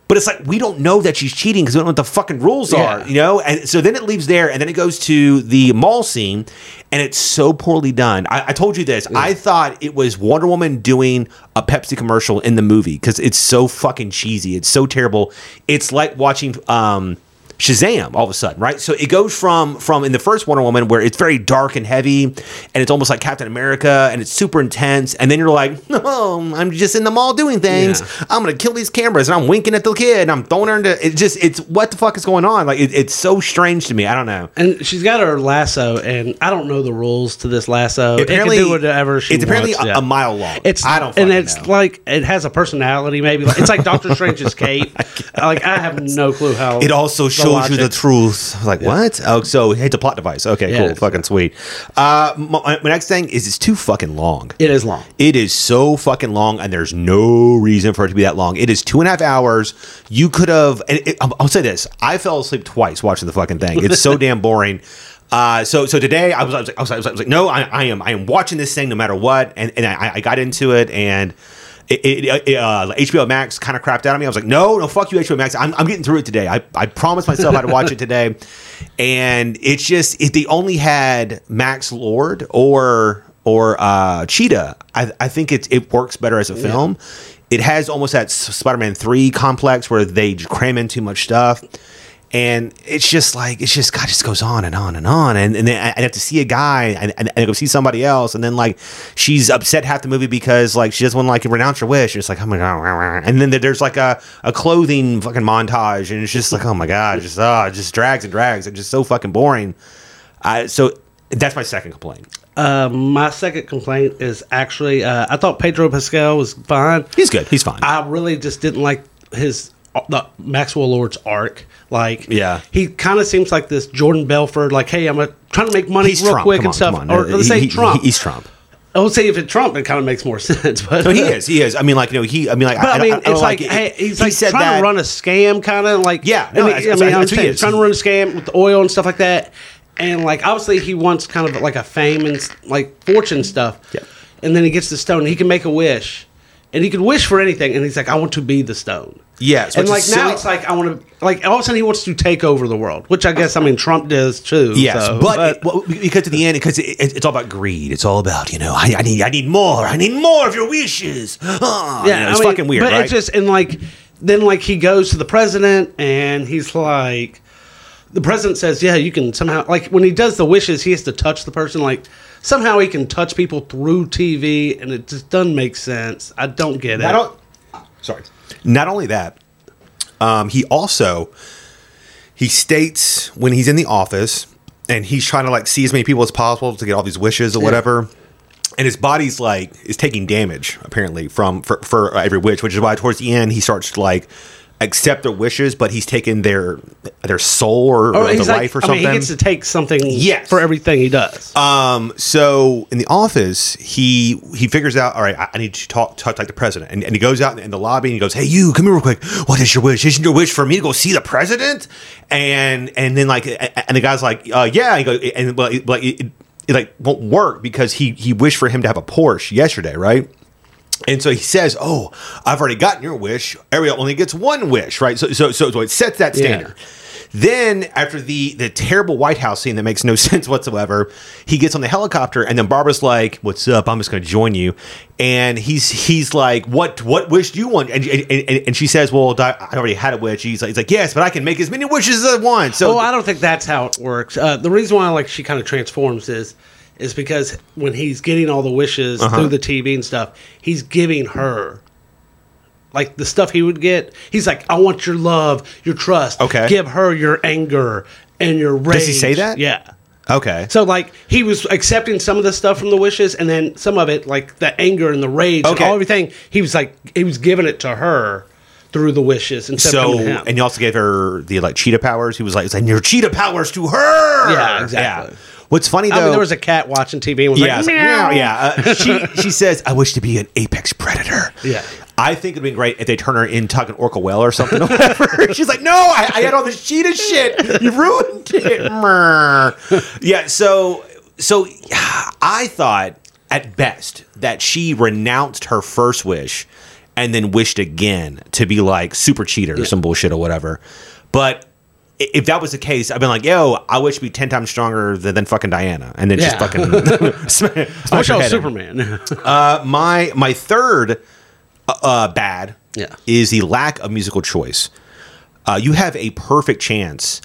[SPEAKER 1] But it's like we don't know that she's cheating because we don't know what the fucking rules
[SPEAKER 3] Yeah.
[SPEAKER 1] are. You know, and so then it leaves there, and then it goes to the mall scene, and it's so poorly done. I, I told you this. I thought it was Wonder Woman doing a Pepsi commercial in the movie because it's so fucking cheesy. It's so terrible. It's like watching. um Shazam! All of a sudden, right? So it goes from from in the first Wonder Woman where it's very dark and heavy, and it's almost like Captain America, and it's super intense. And then you're like, "Oh, I'm just in the mall doing things.
[SPEAKER 3] Yeah.
[SPEAKER 1] I'm gonna kill these cameras, and I'm winking at the kid, and I'm throwing her into." It just it's what the fuck is going on? Like it, it's so strange to me. I don't know.
[SPEAKER 3] And she's got her lasso, and I don't know the rules to this lasso. it can do whatever she
[SPEAKER 1] it's apparently
[SPEAKER 3] wants,
[SPEAKER 1] a,
[SPEAKER 3] yeah.
[SPEAKER 1] a mile long.
[SPEAKER 3] It's
[SPEAKER 1] I don't
[SPEAKER 3] and
[SPEAKER 1] fucking
[SPEAKER 3] it's
[SPEAKER 1] know.
[SPEAKER 3] like it has a personality. Maybe like, it's like Doctor Strange's cape. like I have no clue how
[SPEAKER 1] Oh It also
[SPEAKER 3] the
[SPEAKER 1] shows you the
[SPEAKER 3] logic-
[SPEAKER 1] truth. I was Like what? Oh, so it's a plot device. Okay,
[SPEAKER 3] Yeah,
[SPEAKER 1] cool,
[SPEAKER 3] it's-
[SPEAKER 1] fucking sweet. Uh, my, my next thing is it's too fucking long.
[SPEAKER 3] It is long.
[SPEAKER 1] It is so fucking long, and there's no reason for it to be that long. It is two and a half hours. You could have. And it, I'll I'll say this: I fell asleep twice watching the fucking thing. It's so damn boring. Uh, so so today I was I was like, I was, like- I was, like- I was like no I, I am I am watching this thing no matter what and and I, I got into it and. It, it, it, uh, like, HBO Max kind of crapped out on me. I was like, no, no, fuck you, HBO Max. I'm, I'm getting through it today. I, I promised myself I'd watch it today. And it's just, if they only had Max Lord or or uh, Cheetah, I, I think it, it works better as a film. It has almost that S- Spider-Man three complex where they j- cram in too much stuff, and it's just like it's just God it just goes on and on and on, and and then I- I'd have to see a guy and, and, and I'd go see somebody else, and then like she's upset half the movie because like she doesn't want to like renounce her wish, and it's like oh my god, and then there- there's like a, a clothing fucking montage, and it's just like oh my god, it just ah, it just drags and drags, it's just so fucking boring. I so that's my second complaint.
[SPEAKER 3] Uh, my second complaint is actually uh, I thought Pedro Pascal was fine.
[SPEAKER 1] He's good, he's fine.
[SPEAKER 3] I really just didn't like his uh, the Maxwell Lord's arc. Like,
[SPEAKER 1] Yeah.
[SPEAKER 3] he kind of seems like this Jordan Belford. Like, hey, I'm a, trying to make money
[SPEAKER 1] He's
[SPEAKER 3] real
[SPEAKER 1] Trump.
[SPEAKER 3] quick
[SPEAKER 1] Come
[SPEAKER 3] and
[SPEAKER 1] on,
[SPEAKER 3] stuff.
[SPEAKER 1] come on.
[SPEAKER 3] Or let's say
[SPEAKER 1] He- he-
[SPEAKER 3] Trump.
[SPEAKER 1] He's Trump.
[SPEAKER 3] I would say if it's Trump, it kind of makes more sense. But
[SPEAKER 1] No, he is. He is. I mean, like you know, he. I mean, like.
[SPEAKER 3] But I,
[SPEAKER 1] don't-
[SPEAKER 3] mean,
[SPEAKER 1] don't
[SPEAKER 3] it's like,
[SPEAKER 1] it.
[SPEAKER 3] hey, he's
[SPEAKER 1] he
[SPEAKER 3] like
[SPEAKER 1] said
[SPEAKER 3] trying
[SPEAKER 1] that.
[SPEAKER 3] to run a scam, kind of like
[SPEAKER 1] Yeah,
[SPEAKER 3] I
[SPEAKER 1] no,
[SPEAKER 3] mean,
[SPEAKER 1] that's-
[SPEAKER 3] I
[SPEAKER 1] that's-
[SPEAKER 3] mean, I'm
[SPEAKER 1] that's who he
[SPEAKER 3] saying,
[SPEAKER 1] is.
[SPEAKER 3] trying to run a scam with the oil and stuff like that, and like obviously he wants kind of like a fame and like fortune stuff.
[SPEAKER 1] Yeah.
[SPEAKER 3] And then he gets the stone. He can make a wish, and he could wish for anything. And he's like, I want to be the stone.
[SPEAKER 1] Yes,
[SPEAKER 3] and
[SPEAKER 1] which
[SPEAKER 3] like
[SPEAKER 1] is
[SPEAKER 3] now
[SPEAKER 1] silly.
[SPEAKER 3] it's like I want to like all of a sudden he wants to take over the world, which I guess I mean Trump does too.
[SPEAKER 1] Yes,
[SPEAKER 3] so,
[SPEAKER 1] but, it- well, because at the end, because it, it's all about greed. It's all about you know, I, I need, I need more. I need more of your wishes. Ah, you know, it's
[SPEAKER 3] I mean,
[SPEAKER 1] fucking weird,
[SPEAKER 3] But
[SPEAKER 1] right?
[SPEAKER 3] it's just and like then like he goes to the president and he's like, the president says, yeah, you can somehow like when he does the wishes, he has to touch the person. Like somehow he can touch people through TV, and it just doesn't make sense. I don't get it.
[SPEAKER 1] Not o- sorry. Not only that, um, he also he states when he's in the office and he's trying to like see as many people as possible to get all these wishes or whatever. And his body's like is taking damage apparently from for, for every wish, which is why towards the end he starts to like accept their wishes, but he's taking their their soul or,
[SPEAKER 3] Or
[SPEAKER 1] or their
[SPEAKER 3] Oh, he's like-
[SPEAKER 1] life or
[SPEAKER 3] I mean,
[SPEAKER 1] something.
[SPEAKER 3] he gets to take something
[SPEAKER 1] Yes.
[SPEAKER 3] for everything he does.
[SPEAKER 1] Um, so in the office, he he figures out, all right, I, I need to talk, talk like the president, and, and he goes out in the lobby and he goes, hey, you, come here real quick. What is your wish? Isn't your wish for me to go see the president? And and then like, a- a- and the guy's like, uh, yeah, he goes, and but it- but it, it like won't work because he he wished for him to have a Porsche yesterday, right? And so he says, "Oh, I've already gotten your wish. Ariel only gets one wish, right?" So, so, so, so it sets that
[SPEAKER 3] Yeah.
[SPEAKER 1] standard. Then, after the the terrible White House scene that makes no sense whatsoever, he gets on the helicopter, and then Barbara's like, "What's up? I'm just going to join you." And he's he's like, "What what wish do you want?" And and, and, and she says, "Well, Di- I already had a wish." He's like, "He's like, yes, but I can make as many wishes as I want." So,
[SPEAKER 3] Oh, I don't think that's how it works. Uh, the reason why like she kind of transforms is is because when he's getting all the wishes
[SPEAKER 1] Uh-huh.
[SPEAKER 3] through the TV and stuff, he's giving her like the stuff he would get. He's like, "I want your love, your trust.
[SPEAKER 1] Okay.
[SPEAKER 3] give her your anger and your rage."
[SPEAKER 1] he say that?
[SPEAKER 3] Yeah.
[SPEAKER 1] okay,
[SPEAKER 3] So like he was accepting some of the stuff from the wishes, and then some of it, like the anger and the rage
[SPEAKER 1] Okay.
[SPEAKER 3] and all everything, he was like he was giving it to her through the wishes instead
[SPEAKER 1] so
[SPEAKER 3] of coming to him.
[SPEAKER 1] and you also gave her the like cheetah powers. He was like, "It's like your cheetah powers to her."
[SPEAKER 3] Yeah, exactly.
[SPEAKER 1] What's funny though,
[SPEAKER 3] I mean, there was a cat watching TV and was
[SPEAKER 1] Yeah,
[SPEAKER 3] like,
[SPEAKER 1] it's like,
[SPEAKER 3] "Meow."
[SPEAKER 1] "Meow," yeah. Uh, she she says, "I wish to be an apex predator."
[SPEAKER 3] Yeah.
[SPEAKER 1] I think it'd been great if they turn her into like an orca whale or something. Or whatever. She's like, "No, I, I had all this cheetah shit. You ruined it." Mrr. yeah. So so I thought at best that she renounced her first wish and then wished again to be like super cheater or some bullshit or whatever, but. i- If that was the case, I've been like, "Yo, I wish to be ten times stronger than, than fucking Diana," and then just
[SPEAKER 3] Yeah.
[SPEAKER 1] fucking Sma-
[SPEAKER 3] I
[SPEAKER 1] smash
[SPEAKER 3] wish
[SPEAKER 1] your
[SPEAKER 3] I was
[SPEAKER 1] head in.
[SPEAKER 3] Superman.
[SPEAKER 1] Uh, my my third uh, uh, bad
[SPEAKER 3] Yeah.
[SPEAKER 1] is the lack of musical choice. Uh, you have a perfect chance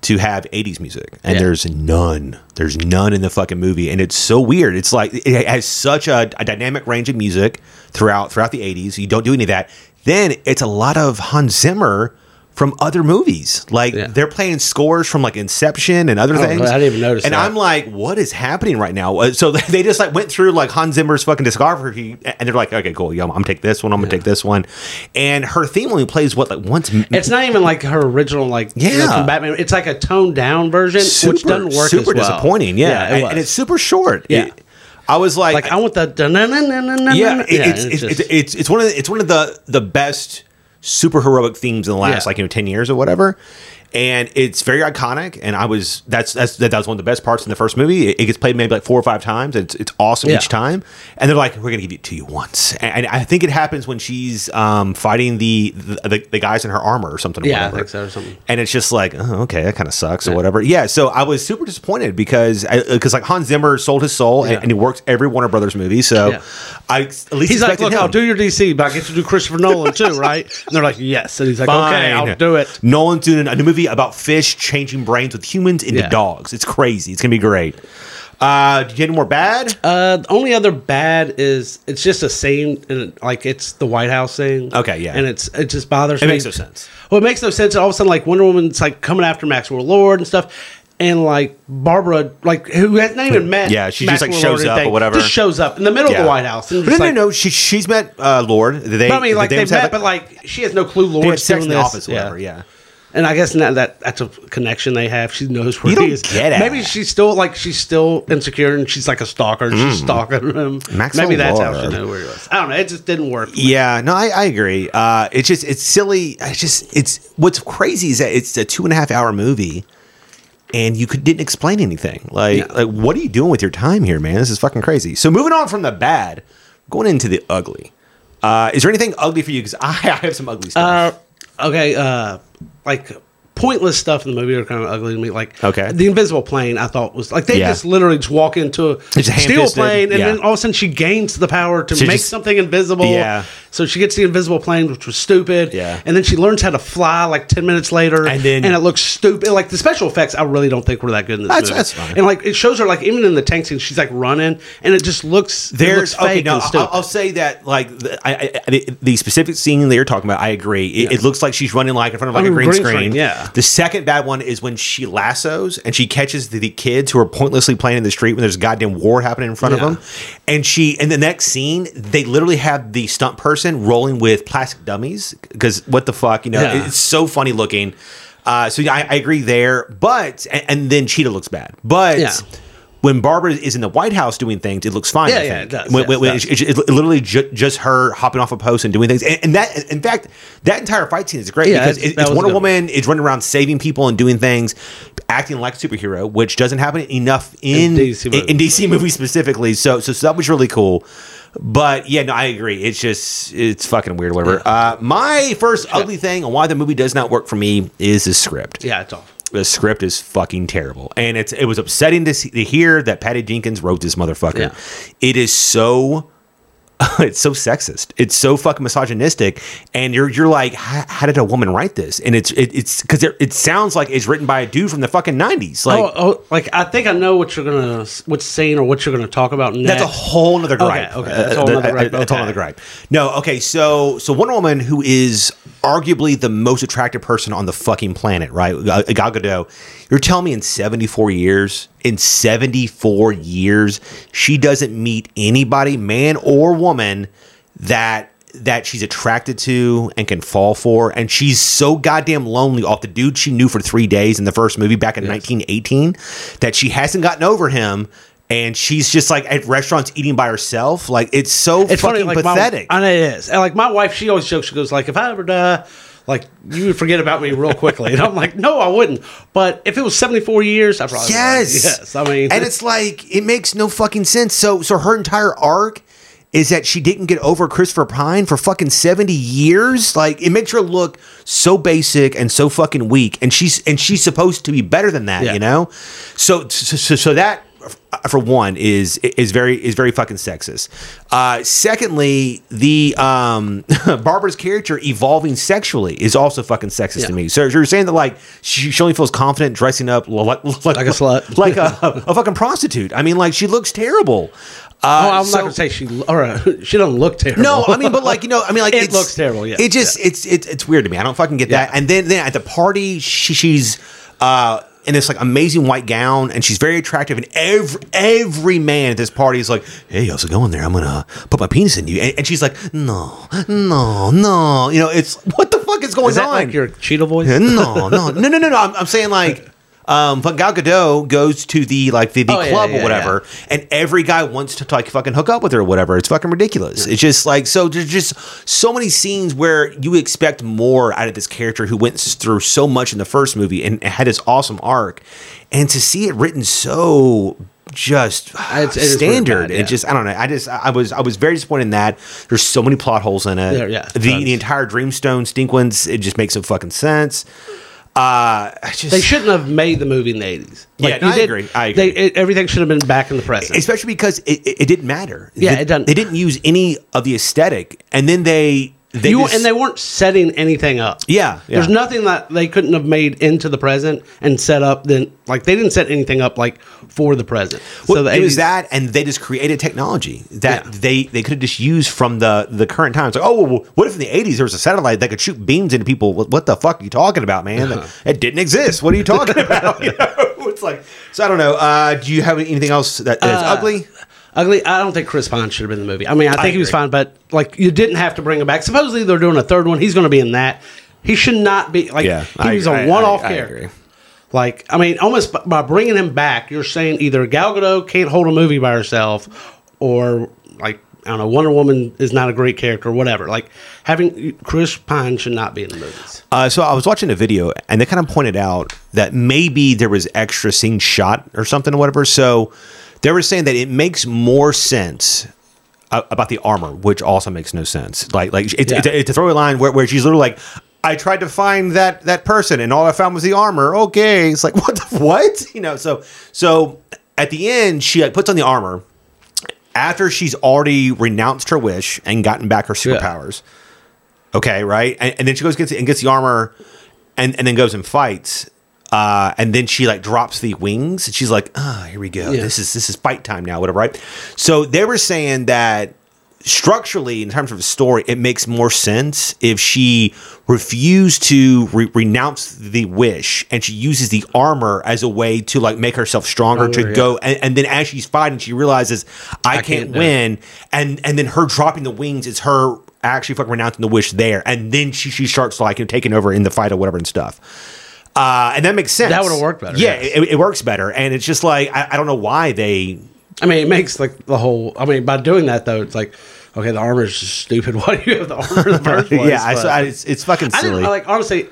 [SPEAKER 1] to have 80s music and
[SPEAKER 3] Yeah.
[SPEAKER 1] there's none there's none in the fucking movie and it's so weird it's like it has such a, a dynamic range of music throughout throughout the 80s you don't do any of that then it's a lot of hans zimmer from other movies like
[SPEAKER 3] Yeah.
[SPEAKER 1] they're playing scores from like inception and other
[SPEAKER 3] Oh,
[SPEAKER 1] things
[SPEAKER 3] I didn't even notice
[SPEAKER 1] and
[SPEAKER 3] that.
[SPEAKER 1] i'm like what is happening right now Uh, so they just like went through like hans zimmer's fucking discography and they're like okay cool yeah i'm gonna take this one i'm gonna take this one and her theme only plays what like once
[SPEAKER 3] it's not even like her original, like you know,
[SPEAKER 1] Yeah.
[SPEAKER 3] from Batman. It's like a toned down version, which doesn't work.
[SPEAKER 1] Super
[SPEAKER 3] as well.
[SPEAKER 1] disappointing. Yeah,
[SPEAKER 3] it
[SPEAKER 1] and,
[SPEAKER 3] was.
[SPEAKER 1] and it's super short.
[SPEAKER 3] Yeah.
[SPEAKER 1] It- I was like,
[SPEAKER 3] like I want the da-na-na-na-na-na-na.
[SPEAKER 1] yeah, it- it's,
[SPEAKER 3] it's
[SPEAKER 1] it's,
[SPEAKER 3] just-
[SPEAKER 1] it's, it's it's one of the, it's one of the the best super heroic themes in the last
[SPEAKER 3] Yeah.
[SPEAKER 1] like you know ten years or whatever. And it's very iconic, and I was that's that's that was one of the best parts in the first movie. It, it gets played maybe like four or five times, and it's, it's awesome
[SPEAKER 3] Yeah.
[SPEAKER 1] each time. And they're like, "We're gonna give it to you once." And, and I think it happens when she's um, fighting the, the the the guys in her armor or something. or
[SPEAKER 3] Yeah, I
[SPEAKER 1] whatever.
[SPEAKER 3] think so, or something.
[SPEAKER 1] And it's just like, oh, okay, that kind of sucks or whatever. Yeah. So I was super disappointed because because like Hans Zimmer sold his soul
[SPEAKER 3] Yeah.
[SPEAKER 1] and, and he works every Warner Brothers movie. So
[SPEAKER 3] Yeah.
[SPEAKER 1] I at least
[SPEAKER 3] He's like,
[SPEAKER 1] expected
[SPEAKER 3] look,
[SPEAKER 1] him.
[SPEAKER 3] I'll do your DC, but I get to do Christopher Nolan too, right? And they're like, yes. And he's like, okay,
[SPEAKER 1] Fine.
[SPEAKER 3] I'll do it.
[SPEAKER 1] Nolan's doing a new movie about fish changing brains with humans into
[SPEAKER 3] Yeah.
[SPEAKER 1] dogs. It's crazy. It's gonna be great. Uh, do you get any more bad?
[SPEAKER 3] Uh, the only other bad is it's just a scene, and like it's the White House scene.
[SPEAKER 1] Okay, yeah.
[SPEAKER 3] and it's it just bothers
[SPEAKER 1] It
[SPEAKER 3] me.
[SPEAKER 1] makes no sense.
[SPEAKER 3] Well, it makes no sense. All of a sudden, like Wonder Woman's like coming after Maxwell Lord and stuff, and like Barbara, like who has not even met.
[SPEAKER 1] Yeah, she just, like,
[SPEAKER 3] Maxwell Lord
[SPEAKER 1] shows up or
[SPEAKER 3] anything,
[SPEAKER 1] whatever.
[SPEAKER 3] Just shows up in the middle of
[SPEAKER 1] Yeah.
[SPEAKER 3] the White House. And
[SPEAKER 1] no,
[SPEAKER 3] just,
[SPEAKER 1] no,
[SPEAKER 3] like-
[SPEAKER 1] no. She, she's met uh, Lord. They,
[SPEAKER 3] But I mean, like
[SPEAKER 1] they
[SPEAKER 3] they
[SPEAKER 1] must have,
[SPEAKER 3] met, but like she has no clue
[SPEAKER 1] they had
[SPEAKER 3] Lord's
[SPEAKER 1] sex in
[SPEAKER 3] doing
[SPEAKER 1] the
[SPEAKER 3] this.
[SPEAKER 1] office, or whatever. Yeah.
[SPEAKER 3] And And I guess now that that's a connection they have. She knows where
[SPEAKER 1] You don't
[SPEAKER 3] he is.
[SPEAKER 1] get at
[SPEAKER 3] Maybe
[SPEAKER 1] it.
[SPEAKER 3] she's still like she's still insecure and she's like a stalker and she's stalking him.
[SPEAKER 1] Hmm. Max
[SPEAKER 3] Maybe that's how she
[SPEAKER 1] Lord.
[SPEAKER 3] knew where he was. I don't know. It just didn't work.
[SPEAKER 1] Yeah, no, I, I agree. Uh, it's just it's silly. It's just it's what's crazy is that it's a two and a half hour movie, and you could, didn't explain anything. Like
[SPEAKER 3] No.
[SPEAKER 1] like what are you doing with your time here, man? This is fucking crazy. So moving on from the bad, going into the ugly. Uh, is there anything ugly for you? Because I, I have some ugly stuff.
[SPEAKER 3] Uh, okay, uh, like pointless stuff in the movie are kind of ugly to me. Like,
[SPEAKER 1] Okay.
[SPEAKER 3] the invisible plane I thought was like they
[SPEAKER 1] Yeah.
[SPEAKER 3] just literally just walk into a
[SPEAKER 1] Just
[SPEAKER 3] steel
[SPEAKER 1] ham-fisted,
[SPEAKER 3] plane, and
[SPEAKER 1] yeah.
[SPEAKER 3] then all of a sudden she gains the power to
[SPEAKER 1] She
[SPEAKER 3] make
[SPEAKER 1] just-
[SPEAKER 3] something invisible.
[SPEAKER 1] Yeah.
[SPEAKER 3] So she gets the invisible plane, which was stupid.
[SPEAKER 1] Yeah.
[SPEAKER 3] And then she learns how to fly like ten minutes later,
[SPEAKER 1] And then-
[SPEAKER 3] it looks stupid. Like the special effects, I really don't think were that good in this
[SPEAKER 1] That's-
[SPEAKER 3] movie.
[SPEAKER 1] that's fine.
[SPEAKER 3] And like it shows her like even in the tank scene, she's like running, and it just looks it looks
[SPEAKER 1] There's
[SPEAKER 3] fake
[SPEAKER 1] okay. No,
[SPEAKER 3] and
[SPEAKER 1] I'll,
[SPEAKER 3] stupid.
[SPEAKER 1] I'll say that like the, I, I- I, the- the specific scene that you're talking about, I agree. It, it looks like she's running like in front of like
[SPEAKER 3] Oh,
[SPEAKER 1] a green,
[SPEAKER 3] green
[SPEAKER 1] screen.
[SPEAKER 3] screen, yeah.
[SPEAKER 1] The second bad one is when she lassos and she catches the, the kids who are pointlessly playing in the street when there's a goddamn war happening in front
[SPEAKER 3] Yeah.
[SPEAKER 1] of them, and she in the next scene they literally have the stunt person rolling with plastic dummies because what the fuck you know
[SPEAKER 3] Yeah.
[SPEAKER 1] it's so funny looking. Uh, so yeah, I, I agree there, but and, and then Cheetah looks bad, but.
[SPEAKER 3] Yeah.
[SPEAKER 1] When Barbara is in the White House doing things, it looks fine.
[SPEAKER 3] Yeah,
[SPEAKER 1] I
[SPEAKER 3] yeah,
[SPEAKER 1] think.
[SPEAKER 3] it does,
[SPEAKER 1] When-
[SPEAKER 3] yes,
[SPEAKER 1] when-
[SPEAKER 3] it
[SPEAKER 1] when
[SPEAKER 3] does.
[SPEAKER 1] it's- it's it's literally ju- just her hopping off a post and doing things. And, and that, in fact, that entire fight scene is great
[SPEAKER 3] Yeah,
[SPEAKER 1] because
[SPEAKER 3] it's-
[SPEAKER 1] it,
[SPEAKER 3] that
[SPEAKER 1] it's
[SPEAKER 3] was
[SPEAKER 1] Wonder
[SPEAKER 3] a good one.
[SPEAKER 1] Woman is running around saving people and doing things, acting like a superhero, which doesn't happen enough in in
[SPEAKER 3] DC
[SPEAKER 1] DC,
[SPEAKER 3] movies.
[SPEAKER 1] in, DC movies specifically. So, so, so that was really cool. But yeah, no, I agree. It's just it's fucking weird, whatever. Uh, my first ugly thing on why the movie does not work for me is the script
[SPEAKER 3] yeah, it's off.
[SPEAKER 1] the script is fucking terrible, and it's it was upsetting to, see, to hear that Patty Jenkins wrote this motherfucker.
[SPEAKER 3] Yeah.
[SPEAKER 1] It is so. It's so sexist. It's so fucking misogynistic, and you're you're like, how, how did a woman write this? And it's it, it's because it, it sounds like it's written by a dude from the fucking nineties. Like
[SPEAKER 3] oh, oh, like I think I know what you're gonna, what scene or what you're gonna talk about next.
[SPEAKER 1] that's a whole nother gripe.
[SPEAKER 3] okay, that's a
[SPEAKER 1] Uh,
[SPEAKER 3] whole
[SPEAKER 1] the-
[SPEAKER 3] nother gripe,
[SPEAKER 1] uh, That's a whole
[SPEAKER 3] okay.
[SPEAKER 1] nother gripe. No, okay. So so Wonder Woman, who is arguably the most attractive person on the fucking planet, right? Ga- Gal Gadot. You're telling me in 74 years, in 74 years, she doesn't meet anybody, man or woman, that that she's attracted to and can fall for and she's so goddamn lonely off the dude she knew for 3 days in the first movie back in 1918 that she hasn't gotten over him and she's just like at restaurants eating by herself like it's so
[SPEAKER 3] it's funny,
[SPEAKER 1] fucking
[SPEAKER 3] like
[SPEAKER 1] pathetic
[SPEAKER 3] My, I know it is. And like my wife, she always jokes. She goes like, if I ever die, like you would forget about me real quickly. and I'm like, no, I wouldn't. But if it was 74 years, I probably would.
[SPEAKER 1] Yes.
[SPEAKER 3] yes. I mean,
[SPEAKER 1] and it's like it makes no fucking sense. So, so her entire arc is that she didn't get over Christopher Pine for fucking seventy years. Like it makes her look so basic and so fucking weak. And she's and she's supposed to be better than that,
[SPEAKER 3] Yeah.
[SPEAKER 1] you know. So, so, so- so that uh, for one is is very is very fucking sexist. Uh, secondly, the um, Barbara's character evolving sexually is also fucking sexist to
[SPEAKER 3] Yeah.
[SPEAKER 1] me. So you're saying that like she, she only feels confident dressing up like like
[SPEAKER 3] Like a slut.
[SPEAKER 1] like a, a fucking prostitute. I mean, like she looks terrible. Uh,
[SPEAKER 3] oh, I'm
[SPEAKER 1] so-
[SPEAKER 3] not gonna say she or uh, she don't look terrible.
[SPEAKER 1] No, oh, I mean, but like you know, I mean, like
[SPEAKER 3] It looks terrible, yeah,
[SPEAKER 1] it just it's it's it's weird to me. I don't fucking get that.
[SPEAKER 3] Yeah.
[SPEAKER 1] And then then at the party, she, she's uh in this like amazing white gown, and she's very attractive. And every every man at this party is like, "Hey, how's it going there? I'm gonna put my penis in you." And, and she's like, "No, no, no." You know, it's what the fuck is going
[SPEAKER 3] is that
[SPEAKER 1] on?
[SPEAKER 3] like your cheetah voice?
[SPEAKER 1] no, no, no, no, no, no. I'm, I'm saying like, um, but Gal Gadot goes to the like the, the
[SPEAKER 3] Oh, yeah,
[SPEAKER 1] club
[SPEAKER 3] yeah,
[SPEAKER 1] or whatever, and every guy wants to like fucking hook up with her or whatever. It's fucking ridiculous. It's just like so. There's just so many scenes where you expect more out of this character who went s- through so much in the first movie and had this awesome arc, and to see it written so just
[SPEAKER 3] It's- it is really
[SPEAKER 1] standard
[SPEAKER 3] bad,
[SPEAKER 1] it
[SPEAKER 3] yeah.
[SPEAKER 1] just i don't know i just i was i was very disappointed in that there's so many plot holes in it
[SPEAKER 3] There, yeah,
[SPEAKER 1] the,
[SPEAKER 3] tons.
[SPEAKER 1] the entire dreamstone sequence it just makes no fucking sense uh, I just,
[SPEAKER 3] They shouldn't have made the movie in the 80s.
[SPEAKER 1] Yeah,
[SPEAKER 3] you
[SPEAKER 1] I agree, I
[SPEAKER 3] they-
[SPEAKER 1] agree.
[SPEAKER 3] it- everything should have been back in the present.
[SPEAKER 1] especially because it, it, it didn't matter.
[SPEAKER 3] Yeah,
[SPEAKER 1] They-
[SPEAKER 3] it doesn't-
[SPEAKER 1] They didn't use any of the aesthetic, and then they they
[SPEAKER 3] you
[SPEAKER 1] just-
[SPEAKER 3] and they weren't setting anything up.
[SPEAKER 1] Yeah, yeah.
[SPEAKER 3] There's nothing that they couldn't have made into the present and set up. Then, like they didn't set anything up like for the present.
[SPEAKER 1] Well,
[SPEAKER 3] the
[SPEAKER 1] it was
[SPEAKER 3] 80s
[SPEAKER 1] that, and they just created technology that
[SPEAKER 3] Yeah.
[SPEAKER 1] they, they could have just used from the, the current times. Like, oh, well, what if in the '80s there was a satellite that could shoot beams into people? What, what the fuck are you talking about, man?
[SPEAKER 3] Uh-huh.
[SPEAKER 1] It didn't exist. What are you talking about? You know? It's like so. I don't know. Uh, do you have anything else that that is
[SPEAKER 3] Uh,
[SPEAKER 1] ugly?
[SPEAKER 3] ugly. I don't think Chris Pine should have been in the movie. I mean, I think he was
[SPEAKER 1] agree.
[SPEAKER 3] fine, but like you didn't have to bring him back. Supposedly they're doing a third one. He's going to be in that. He should not be like
[SPEAKER 1] Yeah, I
[SPEAKER 3] he was
[SPEAKER 1] agree. I-
[SPEAKER 3] a one-off
[SPEAKER 1] I- I
[SPEAKER 3] character.
[SPEAKER 1] agree.
[SPEAKER 3] Like I mean, almost b- by bringing him back, you're saying either Gal Gadot can't hold a movie by herself, or like I don't know, Wonder Woman is not a great character, or whatever. Like having Chris Pine should not be in the movies.
[SPEAKER 1] Uh, so I was watching a video, and they kind of pointed out that maybe there was extra scene shot or something or whatever. So they were saying that it makes more sense uh, about the armor, which also makes no sense. Like like it's,
[SPEAKER 3] Yeah.
[SPEAKER 1] it's, a, it's a throwaway line where, where she's literally like, "I tried to find that that person, and all I found was the armor." Okay, it's like what the what you know. So so at the end, she like puts on the armor after she's already renounced her wish and gotten back her superpowers. Okay, right? And, and then she goes gets and gets the armor, and and then goes and fights. Uh, and then she like drops the wings, and she's like, "Ah, here we go.
[SPEAKER 3] Yeah.
[SPEAKER 1] This is this is fight time now, whatever." Right? So they were saying that structurally, in terms of the story, it makes more sense if she refused to re- renounce the wish, and she uses the armor as a way to like make herself stronger to
[SPEAKER 3] Stronger, yeah.
[SPEAKER 1] go. And, and then as she's fighting, she realizes, "I,
[SPEAKER 3] can't
[SPEAKER 1] can't
[SPEAKER 3] do it."
[SPEAKER 1] win," and and then her dropping the wings is her actually fucking renouncing the wish there, and then she she starts like you know, taking over in the fight or whatever and stuff. Uh, and that makes sense.
[SPEAKER 3] That would've worked better,
[SPEAKER 1] Yeah,
[SPEAKER 3] yes.
[SPEAKER 1] it, it works better, and it's just like I, I don't know why they.
[SPEAKER 3] I mean, it makes like the whole. I mean, by doing that though, it's like okay, the armor is just stupid. Why do you have the armor in the first place?
[SPEAKER 1] yeah, I,
[SPEAKER 3] But-
[SPEAKER 1] so I, it's, it's fucking
[SPEAKER 3] I didn't
[SPEAKER 1] silly.
[SPEAKER 3] I, like honestly.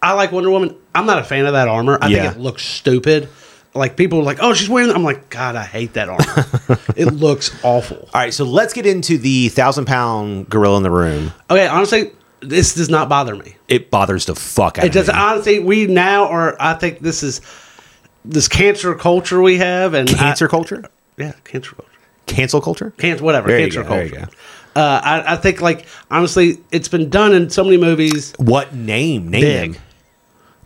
[SPEAKER 3] I like Wonder Woman. I'm not a fan of that armor. I
[SPEAKER 1] Yeah.
[SPEAKER 3] think it looks stupid. Like people are like, oh, she's wearing. That. I'm like, God, I hate that armor. it looks awful.
[SPEAKER 1] All right, so let's get into the thousand pound gorilla in the room.
[SPEAKER 3] Okay, honestly, this does not bother me.
[SPEAKER 1] It bothers the fuck out
[SPEAKER 3] It
[SPEAKER 1] of
[SPEAKER 3] does
[SPEAKER 1] me.
[SPEAKER 3] honestly. We now are. I think this is this cancer culture we have and I-
[SPEAKER 1] Cancer culture,
[SPEAKER 3] yeah, cancer culture.
[SPEAKER 1] cancel culture.
[SPEAKER 3] Cancer, whatever.
[SPEAKER 1] There you
[SPEAKER 3] cancer
[SPEAKER 1] go, there you
[SPEAKER 3] culture. Uh, I, I think like honestly, it's been done in so many movies.
[SPEAKER 1] What name? Name
[SPEAKER 3] Big.
[SPEAKER 1] them.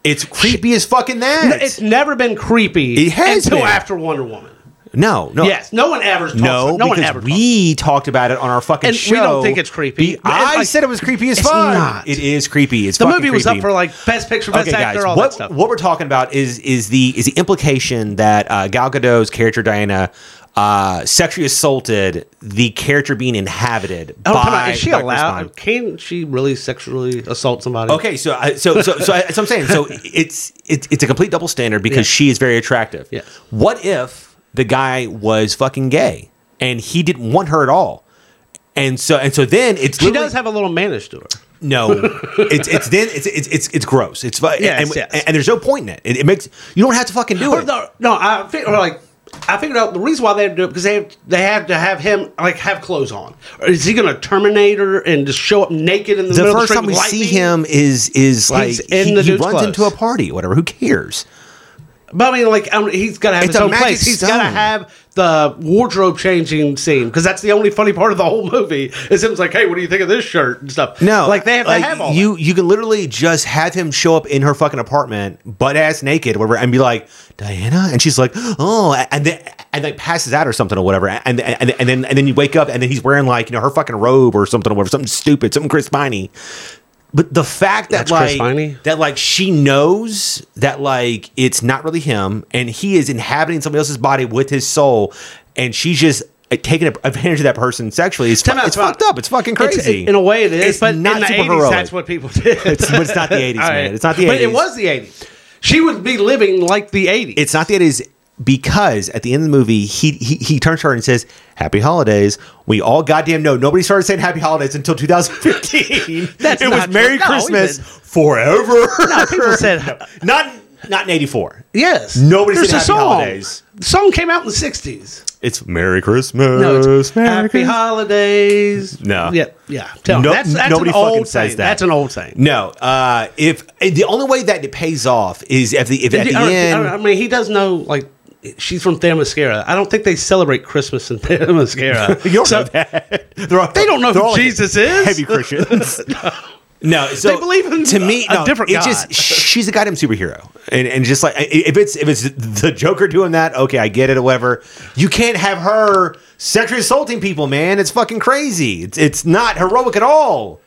[SPEAKER 1] It's creepy as fucking that.
[SPEAKER 3] It's never been creepy
[SPEAKER 1] It has
[SPEAKER 3] until
[SPEAKER 1] been.
[SPEAKER 3] after Wonder Woman.
[SPEAKER 1] no, no.
[SPEAKER 3] Yes, no one ever. Talks
[SPEAKER 1] No,
[SPEAKER 3] about- no one
[SPEAKER 1] because
[SPEAKER 3] ever. talks
[SPEAKER 1] we talked about it on our fucking
[SPEAKER 3] And we
[SPEAKER 1] show.
[SPEAKER 3] don't think it's
[SPEAKER 1] Be-
[SPEAKER 3] creepy. But it's
[SPEAKER 1] I
[SPEAKER 3] like-
[SPEAKER 1] said it was creepy as
[SPEAKER 3] It's
[SPEAKER 1] fuck.
[SPEAKER 3] not.
[SPEAKER 1] It is creepy. It's
[SPEAKER 3] the
[SPEAKER 1] fucking
[SPEAKER 3] movie was
[SPEAKER 1] creepy.
[SPEAKER 3] up for like best picture, best
[SPEAKER 1] Okay,
[SPEAKER 3] actor,
[SPEAKER 1] guys,
[SPEAKER 3] all
[SPEAKER 1] what,
[SPEAKER 3] that stuff.
[SPEAKER 1] what we're talking about is is the is the implication that uh, Gal Gadot's character Diana uh, sexually assaulted the character being inhabited
[SPEAKER 3] Oh,
[SPEAKER 1] by.
[SPEAKER 3] come on, is she
[SPEAKER 1] Dr.
[SPEAKER 3] allowed?
[SPEAKER 1] Spahn.
[SPEAKER 3] Can she really sexually assault somebody?
[SPEAKER 1] Okay, so I, so so so, I, so I'm saying so it's it's it's a complete double standard because
[SPEAKER 3] Yeah.
[SPEAKER 1] she is very attractive.
[SPEAKER 3] Yes.
[SPEAKER 1] What if the guy was fucking gay and he didn't want her at all? And so and so then it's
[SPEAKER 3] she
[SPEAKER 1] literally-
[SPEAKER 3] does have a little manage to her.
[SPEAKER 1] no, it's it's then it's it's it's, it's gross. It's fu-
[SPEAKER 3] Yes,
[SPEAKER 1] and,
[SPEAKER 3] yes.
[SPEAKER 1] and, and there's no point in it. it. It makes you don't have to fucking do
[SPEAKER 3] Or
[SPEAKER 1] it.
[SPEAKER 3] the, no, I fig- or like I figured out the reason why they had to do it because they have, they have to have him like have clothes on. Or is he going to terminate her and just show up naked in the,
[SPEAKER 1] the
[SPEAKER 3] middle
[SPEAKER 1] first
[SPEAKER 3] of the
[SPEAKER 1] time
[SPEAKER 3] street
[SPEAKER 1] we
[SPEAKER 3] with
[SPEAKER 1] see him
[SPEAKER 3] lightning?
[SPEAKER 1] is is like
[SPEAKER 3] in
[SPEAKER 1] he,
[SPEAKER 3] the
[SPEAKER 1] he
[SPEAKER 3] dude's
[SPEAKER 1] runs
[SPEAKER 3] clothes.
[SPEAKER 1] into a party or whatever. Who cares?
[SPEAKER 3] But I mean, like I mean, he's got to have
[SPEAKER 1] It's
[SPEAKER 3] his
[SPEAKER 1] a
[SPEAKER 3] own
[SPEAKER 1] magic
[SPEAKER 3] place. He's got to
[SPEAKER 1] stone.
[SPEAKER 3] have the wardrobe changing scene because that's the only funny part of the whole movie. Is him like, hey, what do you think of this shirt and stuff?
[SPEAKER 1] No,
[SPEAKER 3] like they have to have all.
[SPEAKER 1] you. You can literally just have him show up in her fucking apartment, butt ass naked, whatever, and be like Diana, and she's like, oh, and then and like passes out or something or whatever, and and and then and then you wake up and then he's wearing like you know her fucking robe or something or whatever, something stupid, something Chris Piney. But the fact that
[SPEAKER 3] That's
[SPEAKER 1] like
[SPEAKER 3] Chris Piney?
[SPEAKER 1] that like she knows that like it's not really him, and he is inhabiting somebody else's body with his soul, and she's just. uh, Taking advantage of that person sexually is
[SPEAKER 3] Time out,
[SPEAKER 1] it's
[SPEAKER 3] time out.
[SPEAKER 1] fucked up. It's fucking
[SPEAKER 3] It's-
[SPEAKER 1] crazy.
[SPEAKER 3] in a way, it is.
[SPEAKER 1] It's
[SPEAKER 3] but in the
[SPEAKER 1] superheroic.
[SPEAKER 3] 80s, that's what people did.
[SPEAKER 1] It's, but it's not the 80s,
[SPEAKER 3] All right.
[SPEAKER 1] man. It's not the 80s.
[SPEAKER 3] But it was the 80s. She would be living like the 80s.
[SPEAKER 1] It's not the 80s because at the end of the movie, he he, he turns to her and says, "Happy holidays." We all goddamn know nobody started saying "Happy holidays" until 2015.
[SPEAKER 3] That's
[SPEAKER 1] it
[SPEAKER 3] not
[SPEAKER 1] was
[SPEAKER 3] true.
[SPEAKER 1] Merry
[SPEAKER 3] No,
[SPEAKER 1] Christmas
[SPEAKER 3] even-
[SPEAKER 1] forever.
[SPEAKER 3] no, people said-
[SPEAKER 1] not not in 84.
[SPEAKER 3] yes.
[SPEAKER 1] Nobody
[SPEAKER 3] There's
[SPEAKER 1] said
[SPEAKER 3] a
[SPEAKER 1] happy
[SPEAKER 3] song.
[SPEAKER 1] holidays.
[SPEAKER 3] The song came out in the 60s.
[SPEAKER 1] It's Merry Christmas.
[SPEAKER 3] No, it's
[SPEAKER 1] Merry
[SPEAKER 3] happy
[SPEAKER 1] Christmas.
[SPEAKER 3] holidays.
[SPEAKER 1] No.
[SPEAKER 3] Yeah. Yeah. Tell me.
[SPEAKER 1] No-
[SPEAKER 3] that's, that's
[SPEAKER 1] nobody
[SPEAKER 3] an
[SPEAKER 1] fucking
[SPEAKER 3] old
[SPEAKER 1] says
[SPEAKER 3] saying.
[SPEAKER 1] that.
[SPEAKER 3] That's an old saying.
[SPEAKER 1] No, uh, if the only way that it pays off is if the if at the
[SPEAKER 3] I,
[SPEAKER 1] end.
[SPEAKER 3] I mean, he does know, like, she's from Themyscira. I don't think they celebrate Christmas in Themyscira.
[SPEAKER 1] You don't know that. They're all-
[SPEAKER 3] They don't know
[SPEAKER 1] they're
[SPEAKER 3] who
[SPEAKER 1] all
[SPEAKER 3] Jesus is.
[SPEAKER 1] Heavy Christians. no. so
[SPEAKER 3] They believe in
[SPEAKER 1] to me
[SPEAKER 3] a
[SPEAKER 1] no,
[SPEAKER 3] different
[SPEAKER 1] it
[SPEAKER 3] God.
[SPEAKER 1] Just, she's a goddamn superhero, and and just like i- if it's if it's the Joker doing that, okay, I get it. or Whatever. You can't have her sexually assaulting people, man. It's fucking crazy. It's it's not heroic at all.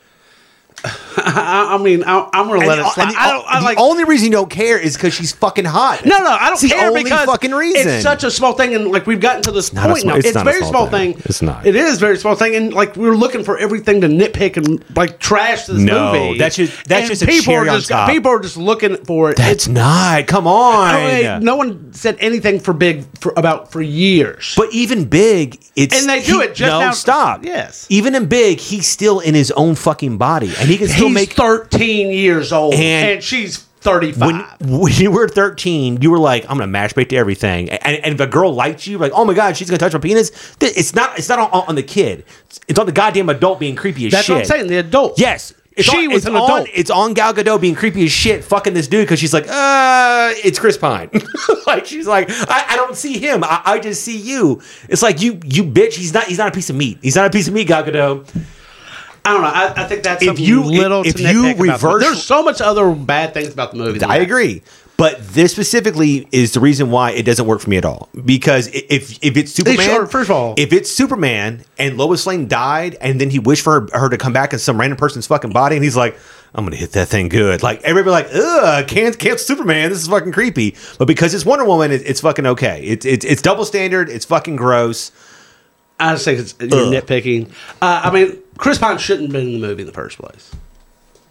[SPEAKER 3] I, I mean, I, I'm gonna let
[SPEAKER 1] And
[SPEAKER 3] it
[SPEAKER 1] the-
[SPEAKER 3] slide.
[SPEAKER 1] and the-
[SPEAKER 3] I don't. I
[SPEAKER 1] the
[SPEAKER 3] like.
[SPEAKER 1] only reason you don't care is because she's fucking hot.
[SPEAKER 3] no, no, I don't
[SPEAKER 1] It's the
[SPEAKER 3] care
[SPEAKER 1] only
[SPEAKER 3] because
[SPEAKER 1] fucking reason.
[SPEAKER 3] it's such a small thing, and like we've gotten to this
[SPEAKER 1] not a
[SPEAKER 3] point
[SPEAKER 1] small-
[SPEAKER 3] now.
[SPEAKER 1] it's
[SPEAKER 3] It's,
[SPEAKER 1] not a
[SPEAKER 3] very
[SPEAKER 1] small
[SPEAKER 3] small
[SPEAKER 1] thing.
[SPEAKER 3] thing.
[SPEAKER 1] It's not.
[SPEAKER 3] It is very small thing, and like we were looking for everything to nitpick and like trash this
[SPEAKER 1] No,
[SPEAKER 3] movie.
[SPEAKER 1] that's just- that's
[SPEAKER 3] And
[SPEAKER 1] just a
[SPEAKER 3] people
[SPEAKER 1] cherry
[SPEAKER 3] are
[SPEAKER 1] on
[SPEAKER 3] just
[SPEAKER 1] top.
[SPEAKER 3] people are just looking for it.
[SPEAKER 1] that's not. Come on.
[SPEAKER 3] I mean, no one said anything for big for, about for years.
[SPEAKER 1] But even big, it's
[SPEAKER 3] And they do
[SPEAKER 1] he-
[SPEAKER 3] it just
[SPEAKER 1] no,
[SPEAKER 3] now-
[SPEAKER 1] Stop.
[SPEAKER 3] Yes.
[SPEAKER 1] Even in big, he's still in his own fucking body, and he can still
[SPEAKER 3] he's
[SPEAKER 1] make.
[SPEAKER 3] 13 years old,
[SPEAKER 1] And-
[SPEAKER 3] and, she's 35.
[SPEAKER 1] when, when you were 13, you were like, I'm gonna masturbate to everything. And, and if a girl liked you, like, oh my god, she's gonna touch my penis. th- It's not it's not on, on the kid. It's- It's on the goddamn adult being creepy as
[SPEAKER 3] That's
[SPEAKER 1] shit.
[SPEAKER 3] what I'm saying. The adult.
[SPEAKER 1] Yes. It's
[SPEAKER 3] she
[SPEAKER 1] on-
[SPEAKER 3] was
[SPEAKER 1] it's
[SPEAKER 3] an
[SPEAKER 1] on-
[SPEAKER 3] adult.
[SPEAKER 1] It's on Gal Gadot being creepy as shit, fucking this dude because she's like, uh, it's Chris Pine. like she's like, I, I don't see him. I, I just see you. It's like you, you bitch. He's not. He's not a piece of meat. He's not a piece of meat, Gal Gadot.
[SPEAKER 3] I don't know. I, I think that's
[SPEAKER 1] If
[SPEAKER 3] something
[SPEAKER 1] you-
[SPEAKER 3] little.
[SPEAKER 1] if-
[SPEAKER 3] to
[SPEAKER 1] if you
[SPEAKER 3] nitpick about the-
[SPEAKER 1] reverse-
[SPEAKER 3] there's so much other bad things about the movie. than
[SPEAKER 1] I
[SPEAKER 3] that.
[SPEAKER 1] agree. But this specifically is the reason why it doesn't work for me at all. Because i- if if it's Superman,
[SPEAKER 3] sure, first of all-
[SPEAKER 1] if it's Superman and Lois Lane died, and then he wished for her, her to come back in some random person's fucking body, and he's like, "I'm gonna hit that thing good." Like everybody, like, "Ugh, can't can't Superman. This is fucking creepy." But because it's Wonder Woman, it, it's fucking okay. It's it's it's double standard. It's fucking gross.
[SPEAKER 3] I just think it's, you're
[SPEAKER 1] Ugh.
[SPEAKER 3] nitpicking. Uh, I mean, Chris Pine shouldn't have been in the movie in the first place.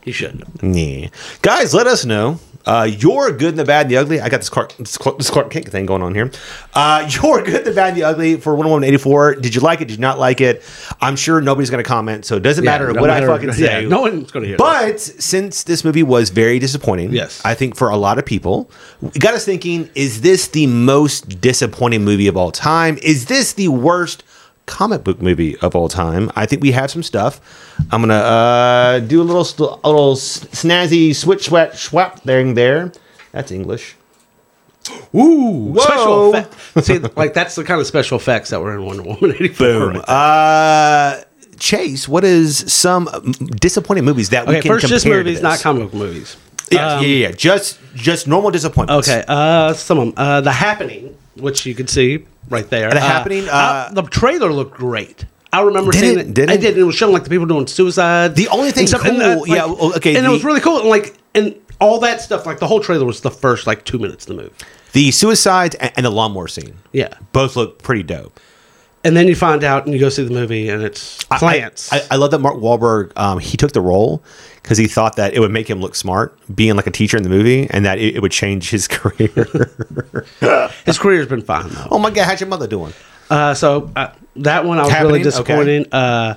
[SPEAKER 3] He shouldn't. have.
[SPEAKER 1] Yeah. Guys, let us know. Uh, your good, the bad, and the ugly. I got this Clark, this Clark, this Clark Kent thing going on here. Uh, your good, the bad, and the ugly for Wonder Woman 84. Did you like it? Did you not like it? I'm sure nobody's going to comment, so it doesn't matter
[SPEAKER 3] Yeah, no
[SPEAKER 1] what
[SPEAKER 3] matter-
[SPEAKER 1] I fucking say.
[SPEAKER 3] yeah, no one's going to hear. that.
[SPEAKER 1] But since this movie was very disappointing,
[SPEAKER 3] Yes.
[SPEAKER 1] I think for a lot of people, it got us thinking: Is this the most disappointing movie of all time? Is this the worst comic book movie of all time? I think we have some stuff. I'm gonna uh, do a little a little s- snazzy switch sweat swap thing there. That's English.
[SPEAKER 3] Ooh,
[SPEAKER 1] Whoa.
[SPEAKER 3] special effects. See, like that's the kind of special effects that were in Wonder Woman 84.
[SPEAKER 1] Boom. Uh, Chase, what is some um, disappointing movies that we
[SPEAKER 3] Okay,
[SPEAKER 1] can
[SPEAKER 3] first,
[SPEAKER 1] compare
[SPEAKER 3] this
[SPEAKER 1] to
[SPEAKER 3] movie's not
[SPEAKER 1] this?
[SPEAKER 3] comic book movies.
[SPEAKER 1] Yes,
[SPEAKER 3] Um,
[SPEAKER 1] yeah, yeah, yeah. Just just normal disappointments.
[SPEAKER 3] Okay, uh, some of them. Uh, the Happening, which you can see right there.
[SPEAKER 1] The
[SPEAKER 3] Uh,
[SPEAKER 1] Happening,
[SPEAKER 3] I-
[SPEAKER 1] uh,
[SPEAKER 3] the trailer looked great. I remember
[SPEAKER 1] Did
[SPEAKER 3] seeing
[SPEAKER 1] it?
[SPEAKER 3] it.
[SPEAKER 1] Did
[SPEAKER 3] I
[SPEAKER 1] it?
[SPEAKER 3] did. It was showing like the people doing suicide.
[SPEAKER 1] The only thing
[SPEAKER 3] and stuff, and,
[SPEAKER 1] cool- yeah,
[SPEAKER 3] like-
[SPEAKER 1] well, okay,
[SPEAKER 3] And
[SPEAKER 1] the-
[SPEAKER 3] it was really cool. And like, and all that stuff. Like the whole trailer was the first like two minutes of the movie.
[SPEAKER 1] The suicides and, and the lawnmower scene.
[SPEAKER 3] Yeah,
[SPEAKER 1] Both look pretty dope.
[SPEAKER 3] and then you find out and you go see the movie and it's
[SPEAKER 1] I-
[SPEAKER 3] plants.
[SPEAKER 1] I, I, I love that Mark Wahlberg, um, he took the role because he thought that it would make him look smart, being like a teacher in the movie, and that it, it would change his career.
[SPEAKER 3] His career's been fine though.
[SPEAKER 1] oh my God, how's your mother doing?
[SPEAKER 3] Uh, so uh, that one I was
[SPEAKER 1] Happening?
[SPEAKER 3] really disappointed. Uh,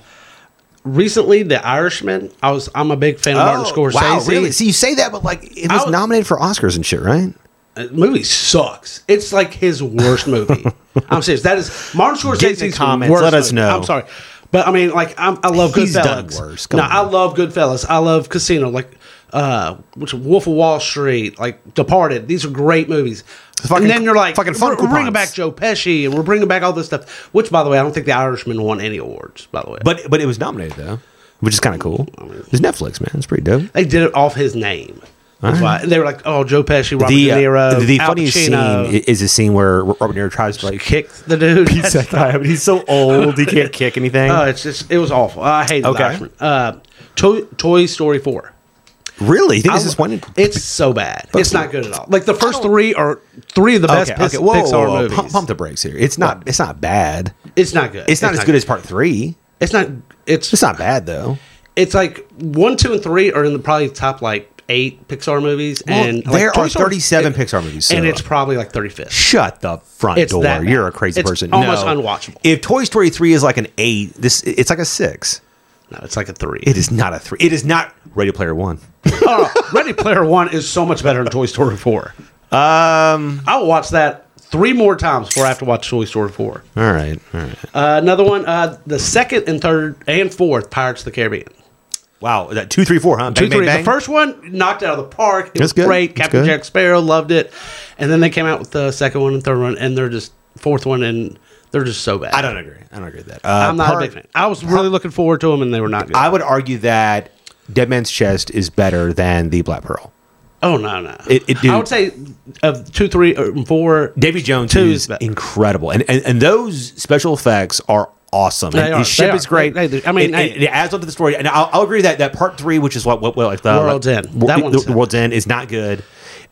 [SPEAKER 3] recently, The Irishman. I was. I'm a big fan of Martin Scorsese.
[SPEAKER 1] Oh, wow, really? See, you say that, but like it was
[SPEAKER 3] I'll-
[SPEAKER 1] nominated for Oscars and shit, right?
[SPEAKER 3] The movie sucks. It's like his worst movie. I'm serious. That is Martin
[SPEAKER 1] Get in the
[SPEAKER 3] Scorsese's
[SPEAKER 1] comments,
[SPEAKER 3] worst
[SPEAKER 1] let us
[SPEAKER 3] movie.
[SPEAKER 1] know.
[SPEAKER 3] I'm sorry, but I mean, like, I'm, I love
[SPEAKER 1] He's
[SPEAKER 3] Goodfellas.
[SPEAKER 1] done worse. Come
[SPEAKER 3] no,
[SPEAKER 1] on.
[SPEAKER 3] I love Goodfellas. I love Casino. Like, uh, which Wolf of Wall Street. Like Departed. These are great movies.
[SPEAKER 1] Fucking-
[SPEAKER 3] and then you're like,
[SPEAKER 1] fucking fun
[SPEAKER 3] we're, we're bringing
[SPEAKER 1] coupons.
[SPEAKER 3] back Joe Pesci, and we're bringing back all this stuff. Which, by the way, I don't think The Irishman won any awards. By the way,
[SPEAKER 1] But but it was nominated though, which is kind of cool. It's Netflix, man. It's pretty dope.
[SPEAKER 3] They did it off his name. That's why and they were like, "Oh, Joe Pesci, Robert
[SPEAKER 1] The
[SPEAKER 3] De Niro,
[SPEAKER 1] uh, the
[SPEAKER 3] Al
[SPEAKER 1] funniest scene
[SPEAKER 3] Pacino,
[SPEAKER 1] i- is a scene where Robert De Niro tries to like
[SPEAKER 3] kick the dude."
[SPEAKER 1] He's that guy. I mean, he's so old, he can't kick anything.
[SPEAKER 3] Oh, it's just it was awful. I hate
[SPEAKER 1] Okay.
[SPEAKER 3] okay. Uh, Toy, Toy Story Four.
[SPEAKER 1] really? You think
[SPEAKER 3] I-
[SPEAKER 1] this is one?
[SPEAKER 3] It's so bad. It's not good at all. Like the first three are three of the best
[SPEAKER 1] Okay,
[SPEAKER 3] Pix-
[SPEAKER 1] okay. Whoa,
[SPEAKER 3] Pixar
[SPEAKER 1] whoa, whoa.
[SPEAKER 3] movies.
[SPEAKER 1] Pump, pump the brakes here. It's not. It's not bad.
[SPEAKER 3] It's not good.
[SPEAKER 1] It's not as good as part three.
[SPEAKER 3] It's not. It's
[SPEAKER 1] It's not bad though.
[SPEAKER 3] it's like one, two, and three are in the probably top like eight Pixar movies,
[SPEAKER 1] Well,
[SPEAKER 3] and like,
[SPEAKER 1] there
[SPEAKER 3] Toy
[SPEAKER 1] are
[SPEAKER 3] Story-
[SPEAKER 1] 37 Pixar movies, so-
[SPEAKER 3] and it's probably like thirty fifth.
[SPEAKER 1] Shut the front
[SPEAKER 3] It's
[SPEAKER 1] door.
[SPEAKER 3] that bad.
[SPEAKER 1] You're a crazy
[SPEAKER 3] It's
[SPEAKER 1] person.
[SPEAKER 3] almost
[SPEAKER 1] No.
[SPEAKER 3] unwatchable.
[SPEAKER 1] If Toy Story three is like an eight, this it's like a six.
[SPEAKER 3] No, it's like a three.
[SPEAKER 1] It is not a three. It is not Ready Player One.
[SPEAKER 3] Oh, no. Ready Player One is so much better than Toy Story Four. Um, I'll watch that three more times before I have to watch Toy Story Four.
[SPEAKER 1] All right, all right.
[SPEAKER 3] Uh, another one, uh, the second and third and fourth Pirates of the Caribbean.
[SPEAKER 1] Wow, that two, three, four, huh?
[SPEAKER 3] Two,
[SPEAKER 1] Bang, bang,
[SPEAKER 3] three.
[SPEAKER 1] bang.
[SPEAKER 3] The first one knocked it out of the park. It
[SPEAKER 1] That's
[SPEAKER 3] was
[SPEAKER 1] good.
[SPEAKER 3] great.
[SPEAKER 1] That's
[SPEAKER 3] Captain
[SPEAKER 1] good.
[SPEAKER 3] Jack Sparrow loved it, and then they came out with the second one and third one, and they're just fourth one, and they're just so bad.
[SPEAKER 1] I don't agree. I don't agree with that. Uh,
[SPEAKER 3] I'm not
[SPEAKER 1] part-
[SPEAKER 3] a big fan. I was really looking forward to them, and they were not good.
[SPEAKER 1] I would argue that Dead Man's Chest is better than the Black Pearl.
[SPEAKER 3] oh no, no.
[SPEAKER 1] It- it- dude.
[SPEAKER 3] I would say of two, three, or four.
[SPEAKER 1] Davy Jones
[SPEAKER 3] Two
[SPEAKER 1] is
[SPEAKER 3] is better.
[SPEAKER 1] incredible, and, and and those special effects are awesome.
[SPEAKER 3] They
[SPEAKER 1] And
[SPEAKER 3] are.
[SPEAKER 1] His ship
[SPEAKER 3] They
[SPEAKER 1] is
[SPEAKER 3] are.
[SPEAKER 1] great.
[SPEAKER 3] They- they do. I mean,
[SPEAKER 1] it, it,
[SPEAKER 3] hey.
[SPEAKER 1] it adds up to the story, and I'll, I'll agree that that part three, which is what what, what like the
[SPEAKER 3] World's
[SPEAKER 1] like,
[SPEAKER 3] End.
[SPEAKER 1] wo-
[SPEAKER 3] That one's-
[SPEAKER 1] the, World's End is not good,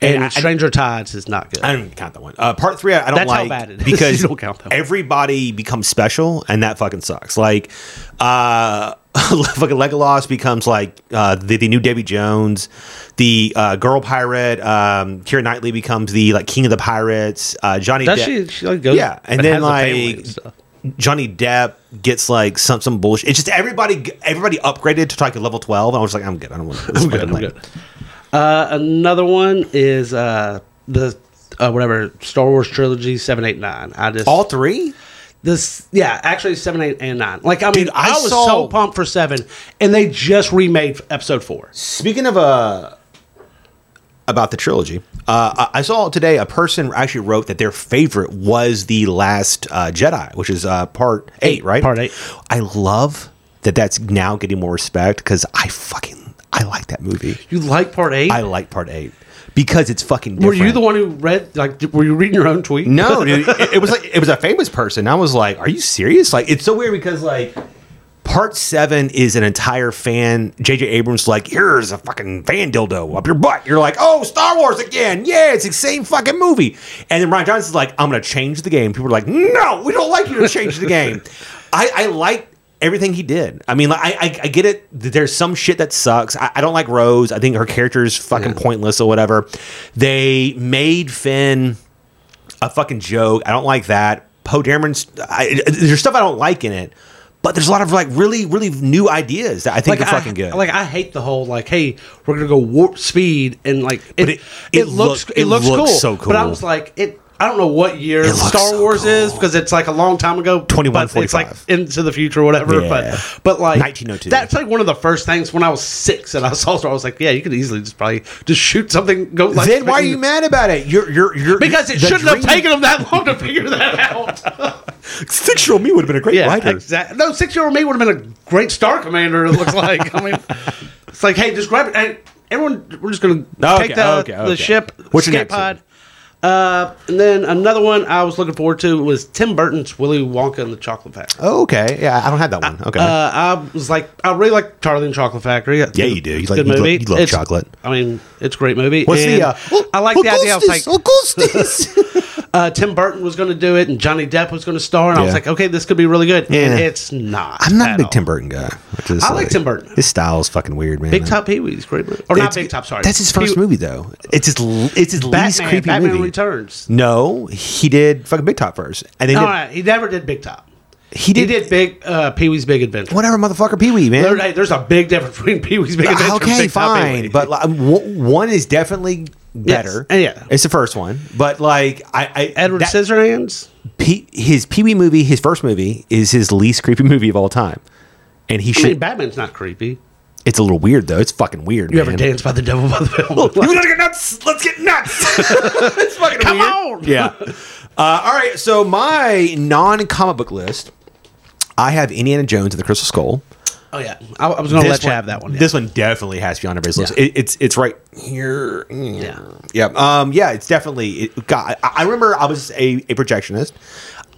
[SPEAKER 3] And,
[SPEAKER 1] I- I-
[SPEAKER 3] Stranger Tides is not good.
[SPEAKER 1] I don't even count that one. Uh, part three, I, I don't
[SPEAKER 3] That's how
[SPEAKER 1] like
[SPEAKER 3] bad it is.
[SPEAKER 1] because
[SPEAKER 3] You don't count that one.
[SPEAKER 1] everybody becomes special, and that fucking sucks. Like, uh, fucking Legolas becomes like uh, the, the new Davy Jones. The uh, girl pirate, um, Keira Knightley becomes the like king of the pirates. Uh, Johnny
[SPEAKER 3] Does
[SPEAKER 1] Depp-
[SPEAKER 3] she? She like goes.
[SPEAKER 1] yeah, and then
[SPEAKER 3] has a family
[SPEAKER 1] like
[SPEAKER 3] and stuff.
[SPEAKER 1] Johnny Depp gets like some some bullshit. It's just everybody everybody upgraded to like a level twelve. And I was like, I'm good. I don't want this.
[SPEAKER 3] I'm good.
[SPEAKER 1] fucking,
[SPEAKER 3] I'm
[SPEAKER 1] like-
[SPEAKER 3] good. Uh, another one is uh, the uh, whatever Star Wars trilogy seven, eight, nine. I just
[SPEAKER 1] All three?
[SPEAKER 3] this yeah, actually seven, eight, and nine. Like I mean,
[SPEAKER 1] Dude,
[SPEAKER 3] I,
[SPEAKER 1] I
[SPEAKER 3] was
[SPEAKER 1] saw-
[SPEAKER 3] so pumped for seven, and they just remade episode four.
[SPEAKER 1] Speaking of uh about the trilogy, uh, I I saw today a person actually wrote that their favorite was the Last uh, Jedi, which is uh, part eight, right?
[SPEAKER 3] Part eight.
[SPEAKER 1] I love that that's now getting more respect because I fucking I like that movie.
[SPEAKER 3] You like part eight?
[SPEAKER 1] I like part eight because it's fucking.
[SPEAKER 3] were
[SPEAKER 1] Different.
[SPEAKER 3] you the one who read? Like, did- were you reading your own tweet?
[SPEAKER 1] No, dude, it, it was like it was a famous person. I was like, "Are you serious?" Like, it's so weird because like part seven is an entire fan. J.J. Abrams like, "Here's a fucking fan dildo up your butt." You're like, "Oh, Star Wars again? Yeah, it's the same fucking movie." And then Ryan Johnson's like, "I'm gonna change the game." People are like, "No, we don't like you to change the game." I, I like. Everything he did. I mean, like, I, I I get it. that There's some shit that sucks. I, I don't like Rose. I think her character is fucking pointless or whatever. They made Finn a fucking joke. I don't like that. Poe Dameron's I, there's stuff I don't like in it, but there's a lot of like really really new ideas that I think are fucking
[SPEAKER 3] I,
[SPEAKER 1] good.
[SPEAKER 3] Like I hate the whole like, hey, we're gonna go warp speed and like it.
[SPEAKER 1] But
[SPEAKER 3] it,
[SPEAKER 1] it- it
[SPEAKER 3] looks
[SPEAKER 1] look-
[SPEAKER 3] it
[SPEAKER 1] it
[SPEAKER 3] looks
[SPEAKER 1] looks
[SPEAKER 3] cool.
[SPEAKER 1] so
[SPEAKER 3] But I
[SPEAKER 1] cool.
[SPEAKER 3] was like, it. I don't know what year
[SPEAKER 1] looks
[SPEAKER 3] Star
[SPEAKER 1] so
[SPEAKER 3] Wars is
[SPEAKER 1] cool.
[SPEAKER 3] because it's like a long time ago. but
[SPEAKER 1] 2145.
[SPEAKER 3] It's like into the future, or whatever.
[SPEAKER 1] Yeah.
[SPEAKER 3] But but like
[SPEAKER 1] 1902.
[SPEAKER 3] That's like one of the first things when I was six and I saw Star. Wars, I was like, yeah, you could easily just probably just shoot something. Go like
[SPEAKER 1] then why are you mad about it? You're you're, you're
[SPEAKER 3] Because it
[SPEAKER 1] the
[SPEAKER 3] shouldn't have
[SPEAKER 1] dream-
[SPEAKER 3] taken them that long to figure that out.
[SPEAKER 1] six year old me would have been a great
[SPEAKER 3] Yeah,
[SPEAKER 1] writer.
[SPEAKER 3] exactly. No, six year old me would have been a great star commander. It looks like. I mean, it's like, hey, just grab it. Hey, everyone, we're just gonna
[SPEAKER 1] Okay,
[SPEAKER 3] take the,
[SPEAKER 1] okay,
[SPEAKER 3] the
[SPEAKER 1] okay.
[SPEAKER 3] ship.
[SPEAKER 1] What's your
[SPEAKER 3] escape
[SPEAKER 1] next one?
[SPEAKER 3] Uh, and then another one I was looking forward to was Tim Burton's Willy Wonka and the Chocolate Factory.
[SPEAKER 1] Oh, okay, yeah, I don't have that one. Okay,
[SPEAKER 3] Uh, I was like, I really like Charlie and the Chocolate Factory. It's
[SPEAKER 1] Yeah,
[SPEAKER 3] a
[SPEAKER 1] you do. You like- you love- you love
[SPEAKER 3] It's-
[SPEAKER 1] chocolate.
[SPEAKER 3] I mean, it's a great movie.
[SPEAKER 1] what's
[SPEAKER 3] And
[SPEAKER 1] the? Uh,
[SPEAKER 3] I like the idea. I was like,
[SPEAKER 1] this?
[SPEAKER 3] uh, Tim Burton was going to do it, and Johnny Depp was going to star, and I was
[SPEAKER 1] Yeah.
[SPEAKER 3] like, okay, this could be really good. And
[SPEAKER 1] Yeah.
[SPEAKER 3] it's not.
[SPEAKER 1] I'm not
[SPEAKER 3] at
[SPEAKER 1] a big
[SPEAKER 3] all.
[SPEAKER 1] Tim Burton guy. which is
[SPEAKER 3] I like Tim Burton.
[SPEAKER 1] His style is fucking weird, man.
[SPEAKER 3] Big Top Pee Wee's great movie. Or not
[SPEAKER 1] It's-
[SPEAKER 3] Big Top, sorry.
[SPEAKER 1] That's his first
[SPEAKER 3] Pee-
[SPEAKER 1] movie though. It's his l- it's his
[SPEAKER 3] Batman,
[SPEAKER 1] least creepy
[SPEAKER 3] Batman
[SPEAKER 1] movie.
[SPEAKER 3] Returns.
[SPEAKER 1] No, he did fucking Big Top first, and then
[SPEAKER 3] No,
[SPEAKER 1] did,
[SPEAKER 3] all right, he never did Big Top.
[SPEAKER 1] he
[SPEAKER 3] He
[SPEAKER 1] did,
[SPEAKER 3] did Big uh, Pee Wee's Big Adventure.
[SPEAKER 1] whatever, motherfucker, Pee Wee, man.
[SPEAKER 3] There- hey, there's a big difference between Pee Wee's Big Adventure and
[SPEAKER 1] okay,
[SPEAKER 3] Big Top Pee Wee.
[SPEAKER 1] fine, but like, w- one is definitely better.
[SPEAKER 3] and yeah.
[SPEAKER 1] it's the first one, but like I, I
[SPEAKER 3] Edward
[SPEAKER 1] that-
[SPEAKER 3] Scissorhands.
[SPEAKER 1] Pee- his Pee Wee movie, his first movie, is his least creepy movie of all time, and he
[SPEAKER 3] I
[SPEAKER 1] should.
[SPEAKER 3] mean, Batman's not creepy.
[SPEAKER 1] it's a little weird though. It's fucking weird.
[SPEAKER 3] You
[SPEAKER 1] man.
[SPEAKER 3] ever dance by the devil by the devil?
[SPEAKER 1] You wanna get nuts? Let's get nuts. it's fucking
[SPEAKER 3] Come
[SPEAKER 1] weird.
[SPEAKER 3] on!
[SPEAKER 1] Yeah. Uh, all right. So my non-comic book list, I have Indiana Jones and the Crystal Skull.
[SPEAKER 3] oh yeah, I, I was going to let you have that one. yeah.
[SPEAKER 1] This one definitely has to be on everybody's list.
[SPEAKER 3] Yeah.
[SPEAKER 1] It, it's it's right here.
[SPEAKER 3] Yeah.
[SPEAKER 1] Yeah. Um, yeah. It's definitely. It, God, I, I remember I was a, a projectionist.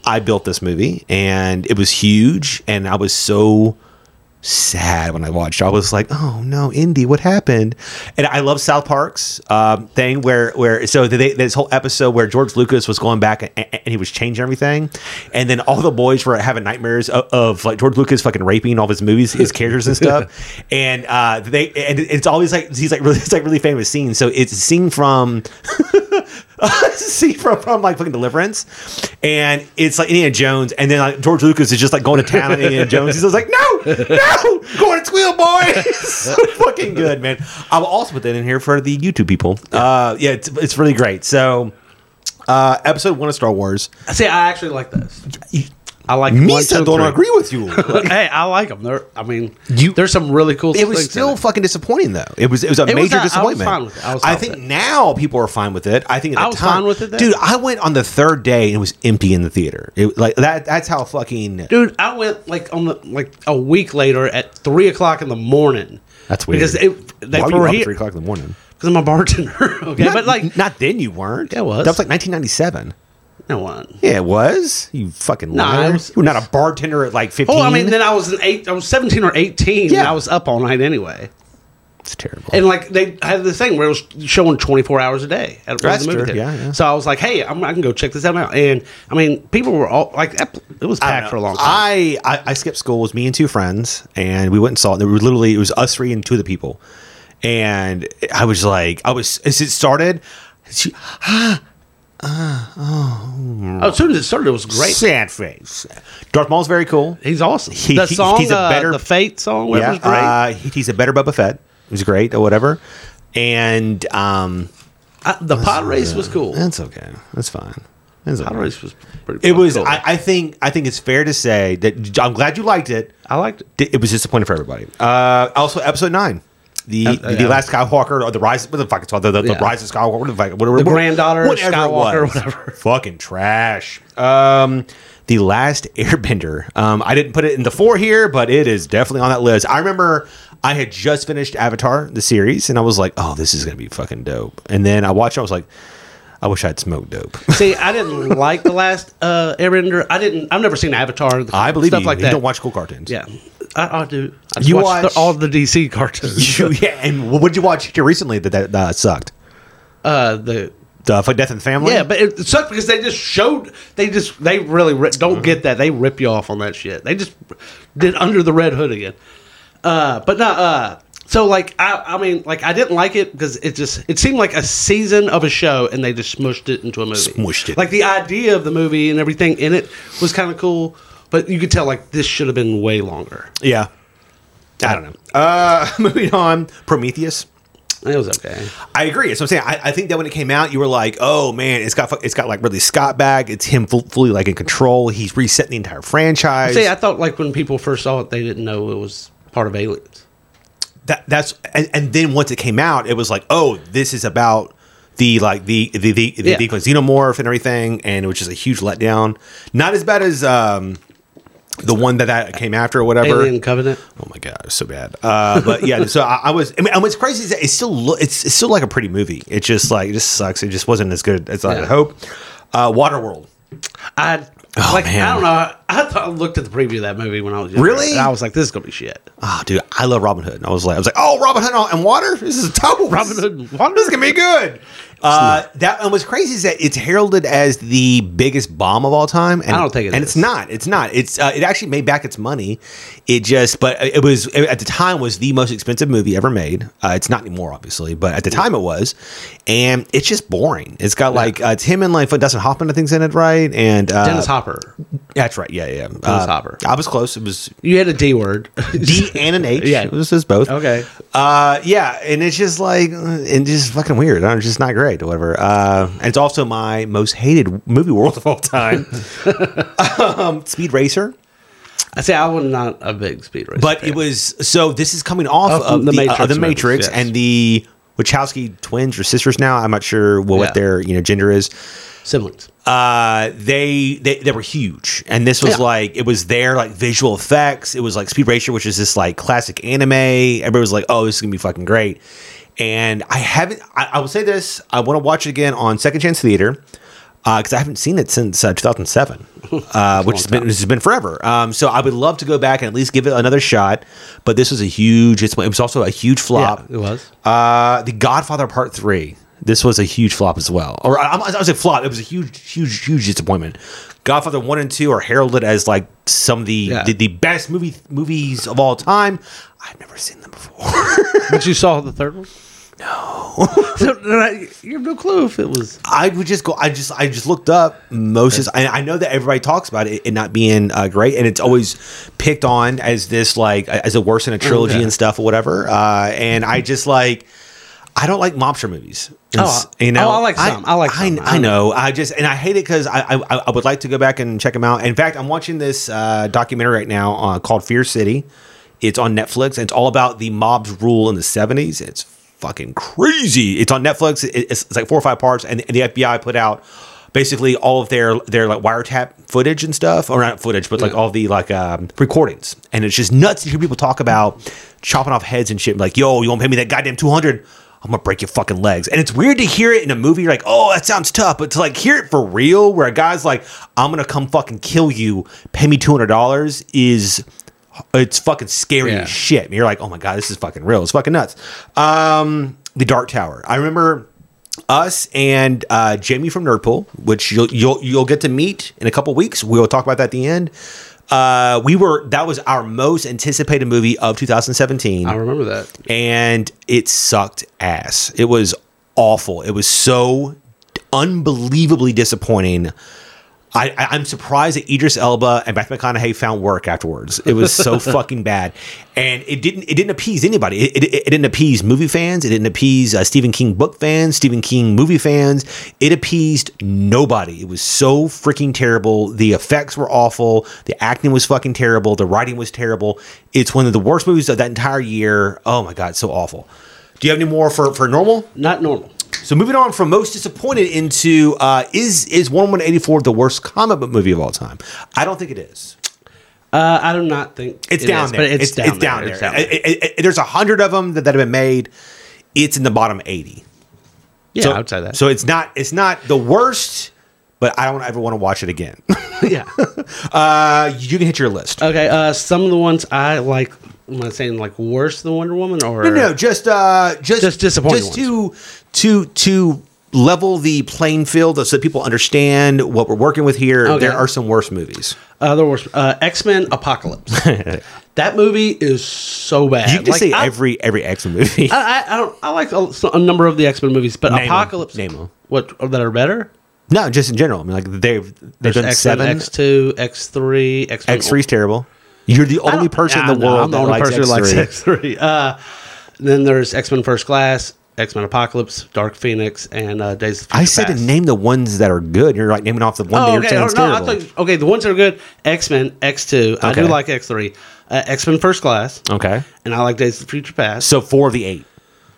[SPEAKER 1] I built this movie and it was huge, and I was so sad when I watched. I was like, "Oh no, Indy, what happened?" And I love South Park's um, thing where where so they, this whole episode where George Lucas was going back and, and he was changing everything, and then all the boys were having nightmares of, of like George Lucas fucking raping all of his movies, his characters and stuff, and uh, they and it's always like he's like really it's like really famous scene. So it's a scene from see from, from like fucking Deliverance, and it's like Indiana Jones, and then like George Lucas is just like going to town on Indiana Jones. He's just like, no, no, going to squeal, boy. It's so fucking good, man. I will also put that in here for the YouTube people. Uh, yeah, it's it's really great. So, uh, episode one of Star Wars.
[SPEAKER 3] See, I actually like those. I like one, two,
[SPEAKER 1] Misa don't
[SPEAKER 3] three.
[SPEAKER 1] agree with you.
[SPEAKER 3] hey, I like them. They're, I mean,
[SPEAKER 1] You-
[SPEAKER 3] there's some really cool.
[SPEAKER 1] It was
[SPEAKER 3] things in
[SPEAKER 1] still
[SPEAKER 3] it.
[SPEAKER 1] fucking disappointing, though. It was it was a
[SPEAKER 3] was- uh,
[SPEAKER 1] major
[SPEAKER 3] I- I was
[SPEAKER 1] disappointment.
[SPEAKER 3] fine with it. I was fine
[SPEAKER 1] I
[SPEAKER 3] with
[SPEAKER 1] think
[SPEAKER 3] it.
[SPEAKER 1] now people are fine with it. I think at the
[SPEAKER 3] I was
[SPEAKER 1] time-
[SPEAKER 3] fine with it then.
[SPEAKER 1] dude. I went on the third day and it was empty in the theater. It, like that. That's how fucking.
[SPEAKER 3] dude. I went like on the like a week later at three o'clock in the morning.
[SPEAKER 1] That's weird.
[SPEAKER 3] because it, they
[SPEAKER 1] Why were you
[SPEAKER 3] were
[SPEAKER 1] up at
[SPEAKER 3] here
[SPEAKER 1] three o'clock in the morning?
[SPEAKER 3] because I'm a bartender. okay,
[SPEAKER 1] Not-
[SPEAKER 3] but like
[SPEAKER 1] not then you weren't.
[SPEAKER 3] Yeah, it was.
[SPEAKER 1] That was like 1997.
[SPEAKER 3] No one.
[SPEAKER 1] Yeah, it was. You fucking
[SPEAKER 3] Nah,
[SPEAKER 1] liar.
[SPEAKER 3] it was-
[SPEAKER 1] you were not a bartender at like 15.
[SPEAKER 3] Oh, I mean, then I was an eight. I was seventeen or eighteen. and
[SPEAKER 1] Yeah.
[SPEAKER 3] I was up all night anyway.
[SPEAKER 1] it's terrible.
[SPEAKER 3] And like they had this thing where it was showing 24 hours a day at one of
[SPEAKER 1] That's
[SPEAKER 3] the movie
[SPEAKER 1] true,
[SPEAKER 3] theater.
[SPEAKER 1] yeah, yeah.
[SPEAKER 3] So I was like, hey, I'm, I can go check this out now. And I mean, people were all like, that- it was
[SPEAKER 1] I don't
[SPEAKER 3] packed
[SPEAKER 1] know.
[SPEAKER 3] for a long time.
[SPEAKER 1] I, I I skipped school. It was me and two friends, and we went and saw it. There were literally it was us three and two of the people, and I was like, I was as it started. She,
[SPEAKER 3] oh, as soon as it started, it was great.
[SPEAKER 1] Sad face. Darth Maul's very cool.
[SPEAKER 3] He's awesome.
[SPEAKER 1] He-
[SPEAKER 3] the
[SPEAKER 1] he-
[SPEAKER 3] song,
[SPEAKER 1] he's a
[SPEAKER 3] uh,
[SPEAKER 1] better-
[SPEAKER 3] the Fate song,
[SPEAKER 1] Yeah,
[SPEAKER 3] whatever, was great.
[SPEAKER 1] Uh, he- he's a better Boba Fett. It was great or whatever. And um,
[SPEAKER 3] I- the pod race was cool.
[SPEAKER 1] that's okay. That's fine. That's
[SPEAKER 3] Pod
[SPEAKER 1] okay.
[SPEAKER 3] race was pretty.
[SPEAKER 1] It was.
[SPEAKER 3] cool.
[SPEAKER 1] I, I think. I think it's fair to say that I'm glad you liked it.
[SPEAKER 3] I liked it.
[SPEAKER 1] D- It was disappointing for everybody. Uh, also, episode nine, the
[SPEAKER 3] Uh,
[SPEAKER 1] the,
[SPEAKER 3] yeah.
[SPEAKER 1] last Skywalker or the rise. What the fuck it's called? The, the, the
[SPEAKER 3] Yeah.
[SPEAKER 1] rise of Skywalker. What the, fuck- whatever,
[SPEAKER 3] The granddaughter of
[SPEAKER 1] whatever it
[SPEAKER 3] Skywalker or
[SPEAKER 1] was.
[SPEAKER 3] whatever.
[SPEAKER 1] Fucking trash. Um, the last Airbender. Um, I didn't put it in the four here, but it is definitely on that list. I remember I had just finished Avatar the series, and I was like, "Oh, this is gonna be fucking dope." And then I watched. it, I was like, "I wish I'd smoked dope."
[SPEAKER 3] See, I didn't like the last uh, Airbender. I didn't. I've never seen Avatar. The,
[SPEAKER 1] I believe
[SPEAKER 3] stuff
[SPEAKER 1] you.
[SPEAKER 3] like
[SPEAKER 1] you
[SPEAKER 3] that.
[SPEAKER 1] don't watch cool cartoons.
[SPEAKER 3] Yeah, I, I do. I just
[SPEAKER 1] You
[SPEAKER 3] watch, the-
[SPEAKER 1] watch-
[SPEAKER 3] all the DC cartoons.
[SPEAKER 1] You- yeah, and what did you watch here recently that that uh, sucked?
[SPEAKER 3] uh, the
[SPEAKER 1] The for Death and Family.
[SPEAKER 3] Yeah, but it sucked because they just showed they just they really ri-
[SPEAKER 1] Uh-huh.
[SPEAKER 3] don't get that they rip you off on that shit. They just did under the red hood again. Uh, but no, uh, so like I, I mean, like I didn't like it because it just it seemed like a season of a show and they just smushed it into a movie.
[SPEAKER 1] Smushed it.
[SPEAKER 3] Like the idea of the movie and everything in it was kind of cool, but you could tell like this should have been way longer.
[SPEAKER 1] yeah, I don't know. Uh, moving on, Prometheus.
[SPEAKER 3] It was okay.
[SPEAKER 1] I agree. So I'm saying I, I think that when it came out, you were like, "Oh man, it's got fu- it's got like really Scott back. It's him fu- fully like in control. He's resetting the entire franchise."
[SPEAKER 3] See, I thought like when people first saw it, they didn't know it was part of aliens.
[SPEAKER 1] that that's and, and then once it came out, it was like, "Oh, this is about." The like the the the, the,
[SPEAKER 3] Yeah.
[SPEAKER 1] the xenomorph and everything, and which is a huge letdown. Not as bad as um, the one that, that came after or whatever.
[SPEAKER 3] Alien Covenant.
[SPEAKER 1] Oh my god, it was so bad. Uh, but yeah, so I, I was. I mean, and what's crazy is that it's still lo- it's, it's still like a pretty movie. It just like it just sucks. It just wasn't as good as I
[SPEAKER 3] Yeah.
[SPEAKER 1] would hope. Uh, Waterworld.
[SPEAKER 3] I
[SPEAKER 1] Oh,
[SPEAKER 3] like
[SPEAKER 1] man.
[SPEAKER 3] I don't know. I, I thought I looked at the preview of that movie when I was younger,
[SPEAKER 1] Really?
[SPEAKER 3] And I was like, this is gonna be shit.
[SPEAKER 1] Oh, dude, I love Robin Hood. And I was like, I was like, oh, Robin Hood and water. This is a double.
[SPEAKER 3] Robin Hood and water?
[SPEAKER 1] This is gonna be good. Uh, that and what's crazy is that it's heralded as the biggest bomb of all time. And,
[SPEAKER 3] I don't think it
[SPEAKER 1] and
[SPEAKER 3] is.
[SPEAKER 1] it's not. It's not. It's uh, it actually made back its money. It just, but it was at the time was the most expensive movie ever made. Uh, it's not anymore, obviously, but at the time it was, and it's just boring. It's got like uh, it's him and like Dustin Hoffman, I think's in it, right? And uh,
[SPEAKER 3] Dennis Hopper.
[SPEAKER 1] That's right. Yeah, yeah. Uh,
[SPEAKER 3] Hopper.
[SPEAKER 1] I was close. It was
[SPEAKER 3] You had a D word.
[SPEAKER 1] D and an H.
[SPEAKER 3] Yeah.
[SPEAKER 1] it was just both.
[SPEAKER 3] Okay.
[SPEAKER 1] Uh, yeah, and it's just like, uh, and just fucking weird. Uh, It's just not great or whatever. Uh, and it's also my most hated movie world of all time. um, Speed Racer,
[SPEAKER 3] I say I was not a big speed racer.
[SPEAKER 1] but
[SPEAKER 3] fan.
[SPEAKER 1] it was so. This is coming off
[SPEAKER 3] Of
[SPEAKER 1] of
[SPEAKER 3] the
[SPEAKER 1] the,
[SPEAKER 3] Matrix
[SPEAKER 1] Matrix, the
[SPEAKER 3] movies,
[SPEAKER 1] Matrix
[SPEAKER 3] yes.
[SPEAKER 1] and the Wachowski twins or sisters. Now I'm not sure what,
[SPEAKER 3] Yeah.
[SPEAKER 1] what their you know gender is.
[SPEAKER 3] siblings.
[SPEAKER 1] Uh, they, they they were huge, and this was
[SPEAKER 3] Yeah.
[SPEAKER 1] like it was their like visual effects. It was like Speed Racer, which is this like classic anime. Everybody was like, "Oh, this is gonna be fucking great." And I haven't. I, I will say this: I want to watch it again on Second Chance Theater because I haven't seen it since uh, 2007, uh, which has been which has been forever. Um, so I would love to go back and at least give it another shot. But this was a huge. It's, it was also a huge flop.
[SPEAKER 3] Yeah, it was.
[SPEAKER 1] Uh, the Godfather Part Three. This was a huge flop as well, or I, I was I was a flop. It was a huge, huge, huge disappointment. Godfather One and Two are heralded as like some of the
[SPEAKER 3] Yeah.
[SPEAKER 1] the, the best movie movies of all time. I've never seen them before.
[SPEAKER 3] but you saw the third one. No. you have no clue if it was.
[SPEAKER 1] I would just go. I just I just looked up Moses, and I know that everybody talks about it, it not being uh, great, and it's always picked on as this like as a worse in a trilogy
[SPEAKER 3] Okay.
[SPEAKER 1] and stuff or whatever. Uh, and I just like. I don't like mobster movies. And
[SPEAKER 3] Oh,
[SPEAKER 1] s- you know,
[SPEAKER 3] oh, I like some. I like some.
[SPEAKER 1] I, know. I just and I hate it because I, I I would like to go back and check them out. In fact, I'm watching this uh, documentary right now uh, called Fear City. It's on Netflix. And it's all about the mob's rule in the 70s. It's fucking crazy. It's on Netflix. It- It's, it's like four or five parts, and the FBI put out basically all of their their like wiretap footage and stuff, or not footage, but like all the like um, recordings. And it's just nuts to hear people talk about chopping off heads and shit. Like, yo, you won't pay me that goddamn 200. I'm I'm gonna break your fucking legs. And it's weird to hear it in a movie. You're like, oh, that sounds tough, but to like hear it for real, where a guy's like, I'm gonna come fucking kill you, pay me two hundred dollars, is it's fucking scary
[SPEAKER 3] Yeah.
[SPEAKER 1] as shit. And you're like, oh my god, this is fucking real. It's fucking nuts. Um, the Dark Tower. I remember us and uh, Jamie from Nerdpool, which you'll you'll you'll get to meet in a couple weeks. We'll talk about that at the end. Uh, we were that was our most anticipated movie of 2017
[SPEAKER 3] I remember that.
[SPEAKER 1] and it sucked ass. It was awful. It was so unbelievably disappointing. I, I, I'm surprised that Idris Elba and Matthew McConaughey found work afterwards. It was so fucking bad, and it didn't it didn't appease anybody. It, it, it didn't appease movie fans. It didn't appease uh, Stephen King book fans, Stephen King movie fans. It appeased nobody. It was so freaking terrible. The effects were awful. The acting was fucking terrible. The writing was terrible. It's one of the worst movies of that entire year. Oh my god, so awful. Do you have any more for for normal?
[SPEAKER 3] Not normal.
[SPEAKER 1] So moving on from most disappointed into uh, is is one one eighty four the worst comic book movie of all time? I don't think it is.
[SPEAKER 3] Uh, I do not think
[SPEAKER 1] It's
[SPEAKER 3] it
[SPEAKER 1] down
[SPEAKER 3] is,
[SPEAKER 1] there.
[SPEAKER 3] But it's, down there.
[SPEAKER 1] down there.
[SPEAKER 3] It's down there.
[SPEAKER 1] It- it- it- there's a hundred of them that, that have been made. It's in the bottom eighty.
[SPEAKER 3] yeah,
[SPEAKER 1] so,
[SPEAKER 3] I would say that.
[SPEAKER 1] So it's not it's not the worst, but I don't ever want to watch it again.
[SPEAKER 3] yeah.
[SPEAKER 1] uh, you can hit your list.
[SPEAKER 3] Okay. Uh, some of the ones I like. Am I saying like worse than Wonder Woman or
[SPEAKER 1] No, no, just uh, just
[SPEAKER 3] Just disappointing
[SPEAKER 1] Just to to to level the playing field so that people understand what we're working with here.
[SPEAKER 3] Okay.
[SPEAKER 1] There are some worse movies.
[SPEAKER 3] Uh, there was uh, X Men Apocalypse. that movie is so bad.
[SPEAKER 1] You can
[SPEAKER 3] Like,
[SPEAKER 1] say
[SPEAKER 3] I,
[SPEAKER 1] every every X movie.
[SPEAKER 3] I, I, I don't. I like a, so- a number of the X Men movies, but
[SPEAKER 1] Name 'em.
[SPEAKER 3] Apocalypse.
[SPEAKER 1] Name 'em.
[SPEAKER 3] What that are better?
[SPEAKER 1] no, just in general. I mean, like they've they've done
[SPEAKER 3] X
[SPEAKER 1] seven.
[SPEAKER 3] X two, X three, X
[SPEAKER 1] X three's terrible. You're the only person in the world
[SPEAKER 3] I'm the
[SPEAKER 1] that
[SPEAKER 3] only
[SPEAKER 1] likes
[SPEAKER 3] person who likes
[SPEAKER 1] X3.
[SPEAKER 3] X three. Uh, then there's X Men First Class, X Men Apocalypse, Dark Phoenix, and uh, Days of Future
[SPEAKER 1] I said to
[SPEAKER 3] Past.
[SPEAKER 1] name the ones that are good. You're like naming off the one that
[SPEAKER 3] Oh,
[SPEAKER 1] you're
[SPEAKER 3] okay.
[SPEAKER 1] saying
[SPEAKER 3] Oh,
[SPEAKER 1] is
[SPEAKER 3] no, I
[SPEAKER 1] terrible.
[SPEAKER 3] thought- okay, the ones that are good X Men, X two. I do
[SPEAKER 1] Okay.
[SPEAKER 3] like X three, uh, X Men First Class,
[SPEAKER 1] okay,
[SPEAKER 3] and I like Days of Future Past.
[SPEAKER 1] so four of the eight.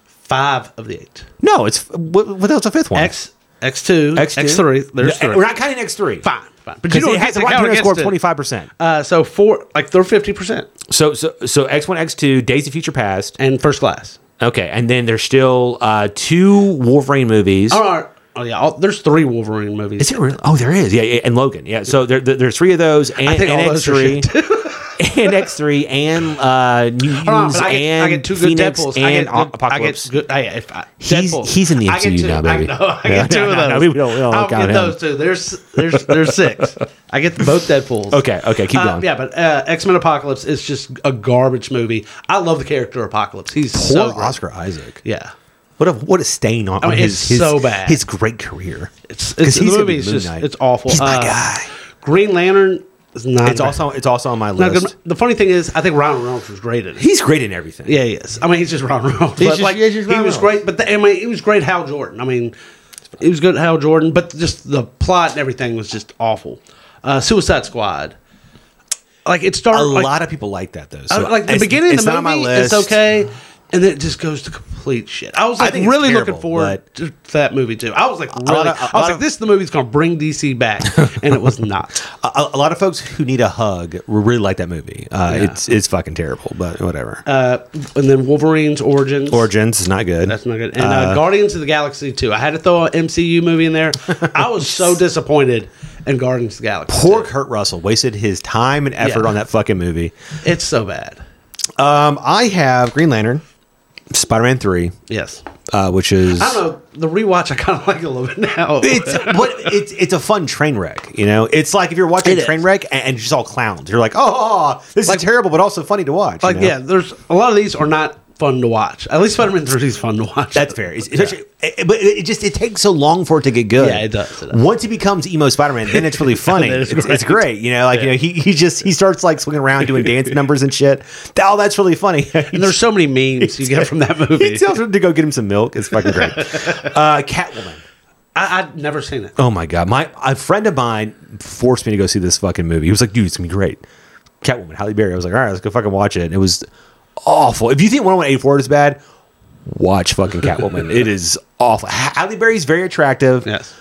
[SPEAKER 3] five of the eight.
[SPEAKER 1] No, it's what, what the hell's the fifth one?
[SPEAKER 3] X X two X
[SPEAKER 1] X2?
[SPEAKER 3] three. There's
[SPEAKER 1] No,
[SPEAKER 3] three.
[SPEAKER 1] We're not counting X three.
[SPEAKER 3] fine, fine. But
[SPEAKER 1] Because it has a
[SPEAKER 3] get to count
[SPEAKER 1] right to
[SPEAKER 3] against
[SPEAKER 1] score of
[SPEAKER 3] it.
[SPEAKER 1] twenty five percent.
[SPEAKER 3] Uh, so four, like they're fifty percent
[SPEAKER 1] So so so X one, X two, Days of Future Past.
[SPEAKER 3] and first class.
[SPEAKER 1] Okay, and then there's still uh, two Wolverine movies.
[SPEAKER 3] All right. Oh yeah, all, there's three Wolverine movies.
[SPEAKER 1] Is it really? Oh, there is. Yeah, yeah and Logan. Yeah. So there, there- there's three of those. And,
[SPEAKER 3] think
[SPEAKER 1] and
[SPEAKER 3] all those are
[SPEAKER 1] X3, and X3, and uh, New
[SPEAKER 3] Hold on,
[SPEAKER 1] Mutants,
[SPEAKER 3] but I, get,
[SPEAKER 1] and
[SPEAKER 3] I get two good
[SPEAKER 1] Phoenix,
[SPEAKER 3] Deadpool's. I
[SPEAKER 1] and
[SPEAKER 3] get,
[SPEAKER 1] Au-
[SPEAKER 3] good-
[SPEAKER 1] Apocalypse.
[SPEAKER 3] I get good. I, if I,
[SPEAKER 1] He's-
[SPEAKER 3] Deadpool.
[SPEAKER 1] he's in the
[SPEAKER 3] I get
[SPEAKER 1] MCU
[SPEAKER 3] two,
[SPEAKER 1] now, baby.
[SPEAKER 3] I, know, I
[SPEAKER 1] Yeah.
[SPEAKER 3] get two
[SPEAKER 1] No,
[SPEAKER 3] of
[SPEAKER 1] no,
[SPEAKER 3] those.
[SPEAKER 1] no, we don't- we don't
[SPEAKER 3] I'll
[SPEAKER 1] count
[SPEAKER 3] get
[SPEAKER 1] him.
[SPEAKER 3] those two. There's there's there's six. I get both Deadpool's.
[SPEAKER 1] Okay, okay, keep
[SPEAKER 3] Uh,
[SPEAKER 1] going.
[SPEAKER 3] yeah, but uh, X Men Apocalypse is just a garbage movie. I love the character Apocalypse. He's so
[SPEAKER 1] Poor
[SPEAKER 3] great.
[SPEAKER 1] Oscar Isaac.
[SPEAKER 3] Yeah,
[SPEAKER 1] What a what a stain on, on
[SPEAKER 3] mean,
[SPEAKER 1] his,
[SPEAKER 3] it's
[SPEAKER 1] his
[SPEAKER 3] so bad.
[SPEAKER 1] his great career.
[SPEAKER 3] it's,
[SPEAKER 1] 'Cause
[SPEAKER 3] it's the
[SPEAKER 1] he's gonna
[SPEAKER 3] movie.
[SPEAKER 1] be
[SPEAKER 3] is
[SPEAKER 1] Moon
[SPEAKER 3] just
[SPEAKER 1] Knight.
[SPEAKER 3] it's awful.
[SPEAKER 1] He's my
[SPEAKER 3] Uh,
[SPEAKER 1] guy.
[SPEAKER 3] Green Lantern is not.
[SPEAKER 1] It's also it's also on my
[SPEAKER 3] No, 'cause
[SPEAKER 1] list.
[SPEAKER 3] the funny thing is, I think Ryan Reynolds was great at it.
[SPEAKER 1] He's great in everything.
[SPEAKER 3] Yeah, he is. I mean, he's just Ron Reynolds.
[SPEAKER 1] He's
[SPEAKER 3] But,
[SPEAKER 1] just-
[SPEAKER 3] like,
[SPEAKER 1] he's just Ron
[SPEAKER 3] he was
[SPEAKER 1] Reynolds.
[SPEAKER 3] great, but the, I mean, he was great Hal Jordan. I mean, he was good Hal Jordan, but just the plot and everything was just awful. Uh, Suicide Squad. Like it
[SPEAKER 1] A
[SPEAKER 3] started like,
[SPEAKER 1] lot of people like that though.
[SPEAKER 3] I-
[SPEAKER 1] So
[SPEAKER 3] like the
[SPEAKER 1] it's-
[SPEAKER 3] beginning
[SPEAKER 1] it's
[SPEAKER 3] of the
[SPEAKER 1] not
[SPEAKER 3] movie
[SPEAKER 1] on my
[SPEAKER 3] is
[SPEAKER 1] list.
[SPEAKER 3] okay, and then it just goes to complete shit. I was
[SPEAKER 1] I
[SPEAKER 3] like
[SPEAKER 1] think it's
[SPEAKER 3] really
[SPEAKER 1] terrible,
[SPEAKER 3] looking forward
[SPEAKER 1] but-
[SPEAKER 3] to to that movie too. I was like
[SPEAKER 1] lot
[SPEAKER 3] really,
[SPEAKER 1] of- a
[SPEAKER 3] I was
[SPEAKER 1] lot
[SPEAKER 3] like
[SPEAKER 1] of-
[SPEAKER 3] this is the movie's gonna bring DC back, and it was not.
[SPEAKER 1] A, a- a lot of folks who need a hug really like that movie. Uh, It's it's fucking terrible, but whatever.
[SPEAKER 3] Uh, and then Wolverine's origins.
[SPEAKER 1] Origins is not good.
[SPEAKER 3] That's not good. And uh, Guardians of the Galaxy too. I had to throw an MCU movie in there. I was so disappointed in Guardians of the Galaxy.
[SPEAKER 1] Poor Kurt Russell wasted his time and effort
[SPEAKER 3] Yeah.
[SPEAKER 1] on that fucking movie.
[SPEAKER 3] It's so bad.
[SPEAKER 1] Um, I have Green Lantern, Spider Man Three,
[SPEAKER 3] Yes.
[SPEAKER 1] uh, which is
[SPEAKER 3] I don't know. The rewatch I kind of like a little bit now.
[SPEAKER 1] it's what it's it's a fun train wreck. You know, it's like if you're watching
[SPEAKER 3] It
[SPEAKER 1] a train
[SPEAKER 3] is.
[SPEAKER 1] wreck and, and you're just all clowns. You're like, oh, this
[SPEAKER 3] Like-
[SPEAKER 1] is terrible, but also funny to watch. you
[SPEAKER 3] like
[SPEAKER 1] know?
[SPEAKER 3] yeah, there's a lot of these are not fun to watch. At least Spider-Man 3 is fun to watch.
[SPEAKER 1] That's fair. It's, it's actually- it- but it it just it takes so long for it to get good.
[SPEAKER 3] Yeah, it does, it does.
[SPEAKER 1] Once he becomes emo Spider Man, then it's really funny.
[SPEAKER 3] That is
[SPEAKER 1] it's, it's great. You know, like you know, he, he just he starts like swinging around doing dance numbers and shit. Oh, that's really funny.
[SPEAKER 3] And there's so many memes you get from that
[SPEAKER 1] he
[SPEAKER 3] movie.
[SPEAKER 1] tells him to go get him some milk. It's fucking great. Uh, Catwoman.
[SPEAKER 3] I, I'd never seen it.
[SPEAKER 1] Oh my god, my a friend of mine forced me to go see this fucking movie. He was like, "Dude, it's gonna be great." Catwoman, Halle Berry. I was like, "All right, let's go fucking watch it." And it was awful. If you think oh 1184 is bad, watch fucking Catwoman. it is awful. Ha- Halle Berry's very attractive.
[SPEAKER 3] Yes.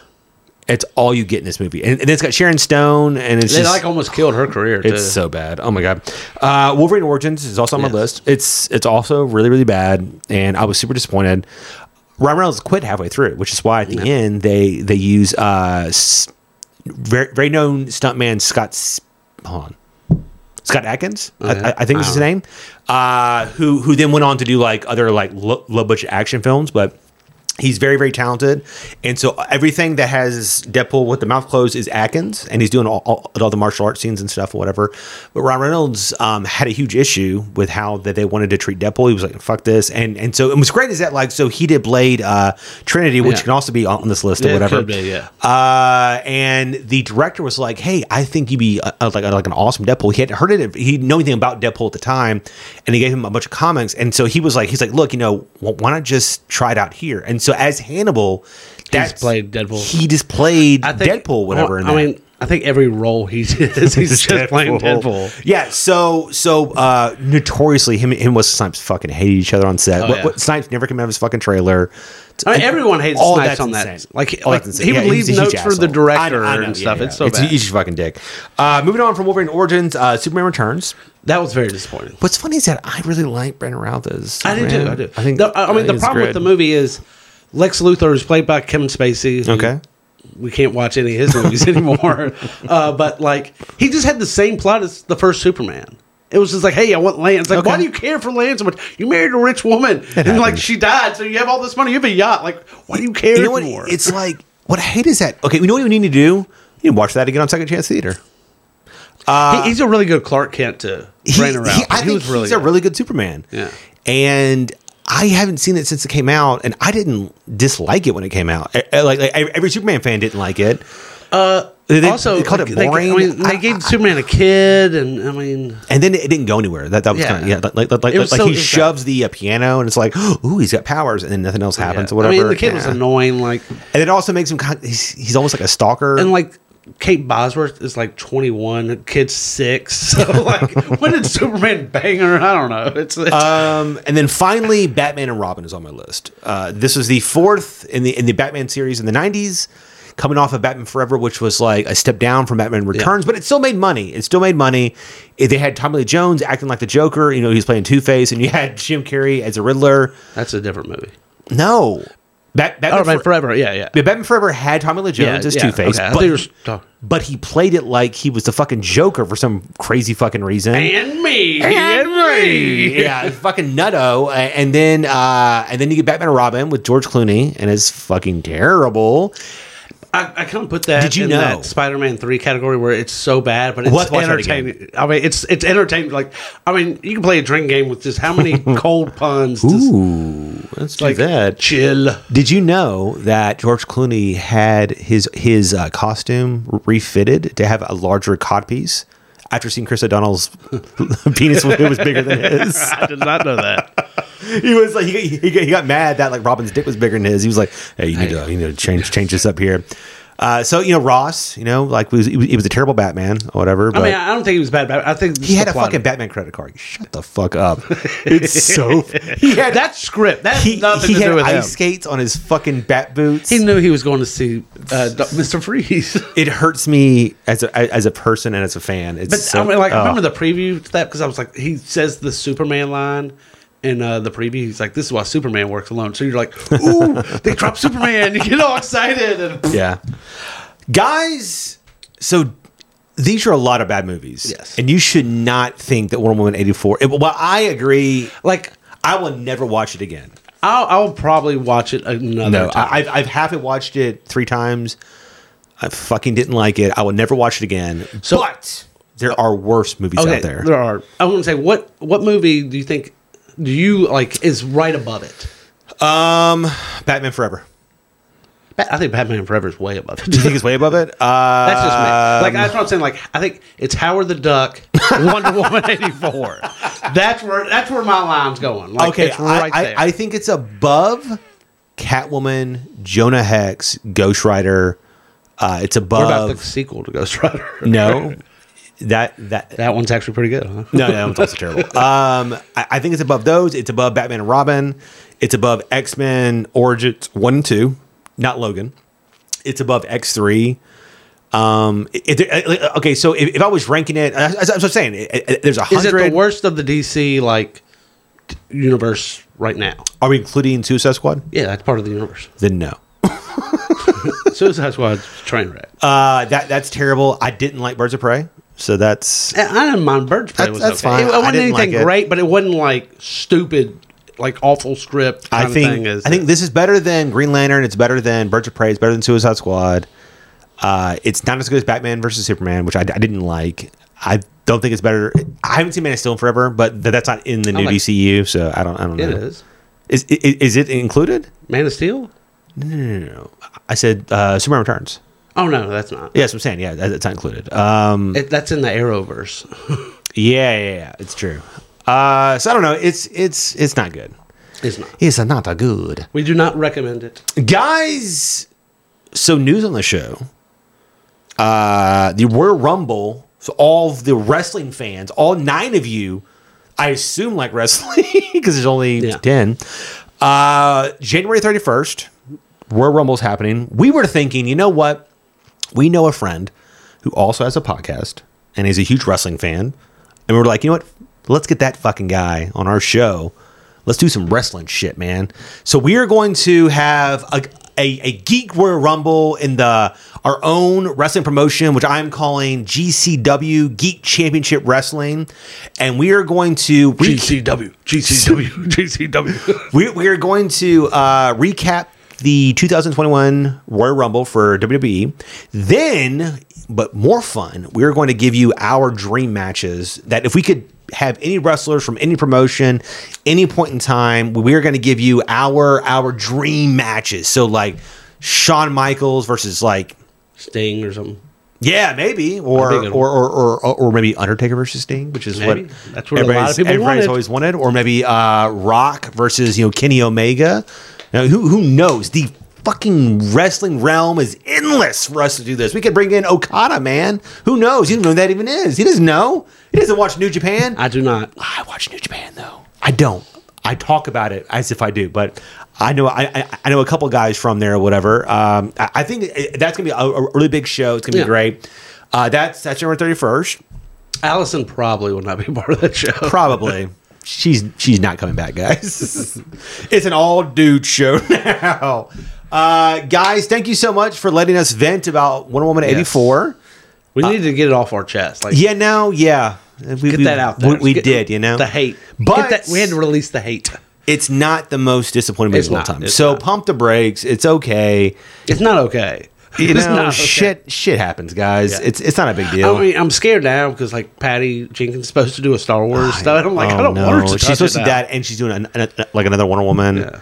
[SPEAKER 1] It's all you get in this movie, and, and it's got Sharon Stone, and it's
[SPEAKER 3] They
[SPEAKER 1] just,
[SPEAKER 3] like almost killed her career too.
[SPEAKER 1] it's so bad. Oh my god. Uh, Wolverine Origins is also on my
[SPEAKER 3] Yes.
[SPEAKER 1] list. It's it's also really really bad, and I was super disappointed. Ryan Reynolds quit halfway through, which is why at the end they they use uh, s- very very known stuntman Scott. S- Hold on. Scott Atkins, I-
[SPEAKER 3] Oh, Yeah.
[SPEAKER 1] I, I think is his name, uh, who who then went on to do like other like low, low budget action films, but he's very very talented, and so everything that has Deadpool with the mouth closed is Atkins, and he's doing all, all, all the martial arts scenes and stuff, whatever. But Ryan Reynolds um, had a huge issue with how that they wanted to treat Deadpool. He was like, "Fuck this," and and so and what's great is that like so he did Blade uh, Trinity, which
[SPEAKER 3] Yeah.
[SPEAKER 1] can also be on this list or
[SPEAKER 3] Yeah, it
[SPEAKER 1] whatever.
[SPEAKER 3] could be, yeah.
[SPEAKER 1] Uh, and the director was like, "Hey, I think you'd be uh, uh, like like an awesome Deadpool." He hadn't heard it; he didn't know anything about Deadpool at the time, and he gave him a bunch of comics. And so he was like, "He's like, look, you know, wh- why not just try it out here?" And so as Hannibal, that's
[SPEAKER 3] played Deadpool.
[SPEAKER 1] He just played
[SPEAKER 3] I think-
[SPEAKER 1] Deadpool, whatever. in
[SPEAKER 3] I
[SPEAKER 1] that.
[SPEAKER 3] mean, I think every role he does, he's just playing Deadpool.
[SPEAKER 1] Yeah, so so uh notoriously him him and Wesley Snipes fucking hated each other on set. what,
[SPEAKER 3] Oh, yeah.
[SPEAKER 1] what- Snipes never came out of his fucking trailer.
[SPEAKER 3] I mean, everyone hates
[SPEAKER 1] All
[SPEAKER 3] Snipes
[SPEAKER 1] Oh, that's
[SPEAKER 3] on that.
[SPEAKER 1] insane.
[SPEAKER 3] Like,
[SPEAKER 1] All
[SPEAKER 3] like,
[SPEAKER 1] that's insane.
[SPEAKER 3] he would
[SPEAKER 1] Yeah,
[SPEAKER 3] leave
[SPEAKER 1] he's a huge
[SPEAKER 3] notes for the
[SPEAKER 1] asshole. I
[SPEAKER 3] director
[SPEAKER 1] know, I know,
[SPEAKER 3] and
[SPEAKER 1] yeah,
[SPEAKER 3] stuff.
[SPEAKER 1] yeah.
[SPEAKER 3] It's so
[SPEAKER 1] it's
[SPEAKER 3] bad.
[SPEAKER 1] He's a fucking dick. Uh, moving on from Wolverine Origins, uh, Superman Returns.
[SPEAKER 3] That was very disappointing.
[SPEAKER 1] What's funny is that I really like Brandon Routh as
[SPEAKER 3] I do too.
[SPEAKER 1] Superman.
[SPEAKER 3] I do.
[SPEAKER 1] I think.
[SPEAKER 3] The- I mean, the
[SPEAKER 1] think it's
[SPEAKER 3] problem with
[SPEAKER 1] good.
[SPEAKER 3] the movie is Lex Luthor is played by Kevin Spacey. who
[SPEAKER 1] Okay.
[SPEAKER 3] We can't watch any of his movies anymore. uh, but like, he just had the same plot as the first Superman. It was just like, hey, I want land. It's like, why
[SPEAKER 1] Okay.
[SPEAKER 3] do you care for land so much? You married a rich woman, and like
[SPEAKER 1] happens.
[SPEAKER 3] she died, so you have all this money. You have a yacht. Like, why do you care
[SPEAKER 1] You know what?
[SPEAKER 3] anymore?
[SPEAKER 1] It's like what I hate is that. Okay, you know what you need to do? You need to watch that again on Second Chance Theater.
[SPEAKER 3] He- he's a really good Clark Kent to
[SPEAKER 1] Uh, He-
[SPEAKER 3] train around.
[SPEAKER 1] he- I think he's a really good Superman.
[SPEAKER 3] Yeah.
[SPEAKER 1] And I haven't seen it since it came out, and I didn't dislike it when it came out. Eh, eh, Like, like ev- every Superman fan didn't like it. Uh, they, they-
[SPEAKER 3] also
[SPEAKER 1] they called
[SPEAKER 3] like,
[SPEAKER 1] it
[SPEAKER 3] they-
[SPEAKER 1] boring.
[SPEAKER 3] I mean,
[SPEAKER 1] I-
[SPEAKER 3] they gave
[SPEAKER 1] I-
[SPEAKER 3] Superman a kid, and I mean,
[SPEAKER 1] and then it didn't go anywhere. That that was
[SPEAKER 3] Yeah.
[SPEAKER 1] kind of yeah. Like like, like,
[SPEAKER 3] It was
[SPEAKER 1] like
[SPEAKER 3] so-
[SPEAKER 1] he
[SPEAKER 3] it was
[SPEAKER 1] shoves the uh, piano, and it's like, ooh, he's got powers, and then nothing else happens
[SPEAKER 3] Oh,
[SPEAKER 1] or
[SPEAKER 3] yeah.
[SPEAKER 1] whatever.
[SPEAKER 3] I mean, the kid was
[SPEAKER 1] Yeah.
[SPEAKER 3] annoying. Like,
[SPEAKER 1] and it also makes him kind. he's, he's almost like a stalker.
[SPEAKER 3] and like Kate Bosworth is like 21, the kid's six. So like, when did Superman bang her? I don't know. It's, it's
[SPEAKER 1] Um, and then finally, Batman and Robin is on my list. Uh, this was the fourth in the in the Batman series in the '90s, coming off of Batman Forever, which was like a step down from Batman Returns, but it still made money. It still made money. It- They had Tommy Lee Jones acting like the Joker. You know, he was playing Two Face, and you had Jim Carrey as a Riddler.
[SPEAKER 3] that's a different movie.
[SPEAKER 1] No, Bat- Batman,
[SPEAKER 3] Oh, man,
[SPEAKER 1] Fore-
[SPEAKER 3] forever. Yeah, yeah.
[SPEAKER 1] Yeah, Batman Forever had Tommy Lee Jones as Two Face,
[SPEAKER 3] okay. I thought you were
[SPEAKER 1] but,
[SPEAKER 3] talking-
[SPEAKER 1] but he played it like he was the fucking Joker for some crazy fucking reason.
[SPEAKER 3] and me,
[SPEAKER 1] And me. Yeah, it's fucking nutto. A- And then uh, and then you get Batman and Robin with George Clooney, and it's fucking terrible.
[SPEAKER 3] I, I kind of put that
[SPEAKER 1] Did you
[SPEAKER 3] in
[SPEAKER 1] know-
[SPEAKER 3] that Spider-Man three category where it's so bad, but it's
[SPEAKER 1] Let's watch that again.
[SPEAKER 3] entertaining. I mean, it's it's entertaining. Like, I mean, you can play a drink game with just how many cold puns. Just,
[SPEAKER 1] Ooh, let's
[SPEAKER 3] like
[SPEAKER 1] do that.
[SPEAKER 3] chill.
[SPEAKER 1] Did you know that George Clooney had his his uh, costume refitted to have a larger codpiece after seeing Chris O'Donnell's penis was was bigger than his?
[SPEAKER 3] I did not know that.
[SPEAKER 1] He was like he, he, he got mad that like Robin's dick was bigger than his. He was like, hey, you need to you need to change change this up here. Uh, so you know Ross, you know, like he was, he was a terrible Batman or whatever. But
[SPEAKER 3] I mean, I don't think he was bad. But I think
[SPEAKER 1] He had a fucking Batman credit card. Shut the fuck up. It's so. He had
[SPEAKER 3] that script. That
[SPEAKER 1] He,
[SPEAKER 3] had nothing
[SPEAKER 1] he
[SPEAKER 3] to
[SPEAKER 1] had
[SPEAKER 3] do with
[SPEAKER 1] ice
[SPEAKER 3] him.
[SPEAKER 1] skates on his fucking bat boots.
[SPEAKER 3] He knew he was going to see uh, Do- Mr. Freeze.
[SPEAKER 1] it hurts me as a as a person and as a fan. It's
[SPEAKER 3] But
[SPEAKER 1] so,
[SPEAKER 3] I mean, like I
[SPEAKER 1] oh.
[SPEAKER 3] remember the preview to that because I was like, he says the Superman line in uh, the preview. He's like, "This is why Superman works alone." So you're like, "Ooh, they dropped Superman!" You get all excited. And
[SPEAKER 1] Yeah. Guys, so these are a lot of bad movies.
[SPEAKER 3] Yes.
[SPEAKER 1] And you should not think that Wonder Woman 84. It, well, I agree.
[SPEAKER 3] like,
[SPEAKER 1] I will never watch it again.
[SPEAKER 3] I'll, I'll probably watch it another
[SPEAKER 1] No,
[SPEAKER 3] time.
[SPEAKER 1] I, I've, I've half it watched it three times. I fucking didn't like it. I will never watch it again.
[SPEAKER 3] So-
[SPEAKER 1] but there are worse movies out there.
[SPEAKER 3] are. I want to say, what what movie do you think do you like is right above it?
[SPEAKER 1] Um, Batman Forever.
[SPEAKER 3] Ba- I think Batman Forever is way above
[SPEAKER 1] Do you
[SPEAKER 3] it.
[SPEAKER 1] think it's way above it? Uh,
[SPEAKER 3] That's just me.
[SPEAKER 1] Um,
[SPEAKER 3] Like that's what I'm saying. Like I think it's Howard the Duck, Wonder Woman eighty four. That's where that's where my line's going. Like,
[SPEAKER 1] okay,
[SPEAKER 3] it's right
[SPEAKER 1] I,
[SPEAKER 3] there.
[SPEAKER 1] I, I think it's above Catwoman, Jonah Hex, Ghost Rider. Uh, it's
[SPEAKER 3] what about the
[SPEAKER 1] above.
[SPEAKER 3] sequel to Ghost Rider?
[SPEAKER 1] no, that that
[SPEAKER 3] that one's actually pretty good. Huh?
[SPEAKER 1] No, no, it's also terrible. Um, I, I think it's above those. It's above Batman and Robin. It's above X Men Origins one and two, not Logan. It's above X three. Um, it- it- okay, so if, if I was ranking it, as, as I was saying, it, it- there's a
[SPEAKER 3] Is it the
[SPEAKER 1] hundred.
[SPEAKER 3] worst of the DC like t- universe right now.
[SPEAKER 1] Are we including Suicide Squad?
[SPEAKER 3] Yeah, that's part of the universe.
[SPEAKER 1] Then no.
[SPEAKER 3] Suicide Squad's a train wreck.
[SPEAKER 1] Uh, that that's terrible. I didn't like Birds of Prey, so that's
[SPEAKER 3] And I didn't mind Birds Play.
[SPEAKER 1] That's-
[SPEAKER 3] was
[SPEAKER 1] that's
[SPEAKER 3] okay.
[SPEAKER 1] fine.
[SPEAKER 3] It, it
[SPEAKER 1] I
[SPEAKER 3] wasn't
[SPEAKER 1] didn't
[SPEAKER 3] anything
[SPEAKER 1] like it.
[SPEAKER 3] great, but it wasn't like stupid, like awful script. Kind
[SPEAKER 1] I think
[SPEAKER 3] of thing as
[SPEAKER 1] I think this is better than Green Lantern. It's better than Birds of Prey. It's better than Suicide Squad. Uh, it's not as good as Batman versus Superman, which I, I didn't like. I don't think it's better. I haven't seen Man of Steel in forever, but th- that's not in the new
[SPEAKER 3] like-
[SPEAKER 1] DCU, so I don't. I don't know.
[SPEAKER 3] it is.
[SPEAKER 1] Is, i- i- is it included?
[SPEAKER 3] Man of Steel.
[SPEAKER 1] No, no, no. I said uh, Superman Returns.
[SPEAKER 3] Oh no, that's not.
[SPEAKER 1] Yes, I'm saying yeah, that- that's not included. Um,
[SPEAKER 3] It, that's in the Arrowverse.
[SPEAKER 1] yeah, yeah, yeah, it's true. Uh, so I don't know. It's it's it's not good.
[SPEAKER 3] it's not.
[SPEAKER 1] It's not that good.
[SPEAKER 3] We do not recommend it.
[SPEAKER 1] guys so news on the show uh the Royal Rumble so all of the wrestling fans all nine of you I assume like wrestling because there's only
[SPEAKER 3] Yeah.
[SPEAKER 1] 10 uh January 31st Royal Rumble's happening we were thinking you know what we know a friend who also has a podcast and he's a huge wrestling fan and we were like you know what let's get that fucking guy on our show let's do some wrestling shit man so we are going to have a, a, a geek Royal rumble in the our own wrestling promotion which i'm calling gcw geek championship wrestling and we are going to re-
[SPEAKER 3] GCW, GCW, GCW.
[SPEAKER 1] we, we are going to uh, recap the 2021 Royal Rumble for WWE. Then, but more fun, we are going to give you our dream matches that if we could have any wrestlers from any promotion, any point in time, we are going to give you our our dream matches. So like Shawn Michaels versus like
[SPEAKER 3] Sting or something.
[SPEAKER 1] yeah, maybe, or
[SPEAKER 3] That'd be
[SPEAKER 1] or,
[SPEAKER 3] a good
[SPEAKER 1] or or or or maybe Undertaker versus Sting, which is
[SPEAKER 3] Maybe.
[SPEAKER 1] what
[SPEAKER 3] That's what a lot of
[SPEAKER 1] everybody's-
[SPEAKER 3] people
[SPEAKER 1] everybody's
[SPEAKER 3] wanted.
[SPEAKER 1] always wanted, or maybe uh, Rock versus you know Kenny Omega. Now, who who knows? The fucking wrestling realm is endless for us to do this. We could bring in Okada, man. Who knows? He doesn't know who that even is. He doesn't know. He doesn't watch New Japan.
[SPEAKER 3] I do not.
[SPEAKER 1] I watch New Japan though. I don't. I talk about it as if I do, but I know I I, I know a couple guys from there or whatever. Um, I, I think it- that's gonna be a, a really big show. It's gonna
[SPEAKER 3] Yeah.
[SPEAKER 1] be great. Uh, that's that's January thirty first,
[SPEAKER 3] Allison probably will not be part of that show.
[SPEAKER 1] probably. she's she's not coming back, guys. it's an all dude show now. Uh, guys, thank you so much for letting us vent about Wonder Woman eighty four.
[SPEAKER 3] we need to get it off our chest. Like,
[SPEAKER 1] Yeah, now, yeah, we,
[SPEAKER 3] get
[SPEAKER 1] we-
[SPEAKER 3] that out there.
[SPEAKER 1] We, we
[SPEAKER 3] Get
[SPEAKER 1] did, you know,
[SPEAKER 3] the hate.
[SPEAKER 1] But-
[SPEAKER 3] Get that, we had to release the hate.
[SPEAKER 1] it's not the most disappointing movie
[SPEAKER 3] It's
[SPEAKER 1] of all
[SPEAKER 3] not.
[SPEAKER 1] time.
[SPEAKER 3] It's
[SPEAKER 1] So
[SPEAKER 3] not.
[SPEAKER 1] pump the brakes. It's okay.
[SPEAKER 3] It's not okay.
[SPEAKER 1] You
[SPEAKER 3] it's
[SPEAKER 1] know,
[SPEAKER 3] not okay.
[SPEAKER 1] shit shit happens, guys.
[SPEAKER 3] Yeah.
[SPEAKER 1] It's it's not a big deal.
[SPEAKER 3] I mean, I'm scared now because like Patty Jenkins is supposed to do a Star Wars stuff. I'm like, I
[SPEAKER 1] Oh,
[SPEAKER 3] don't want her to.
[SPEAKER 1] She's
[SPEAKER 3] touch
[SPEAKER 1] supposed
[SPEAKER 3] it
[SPEAKER 1] to do
[SPEAKER 3] now.
[SPEAKER 1] that, and she's doing an, an- like another Wonder Woman.
[SPEAKER 3] Yeah.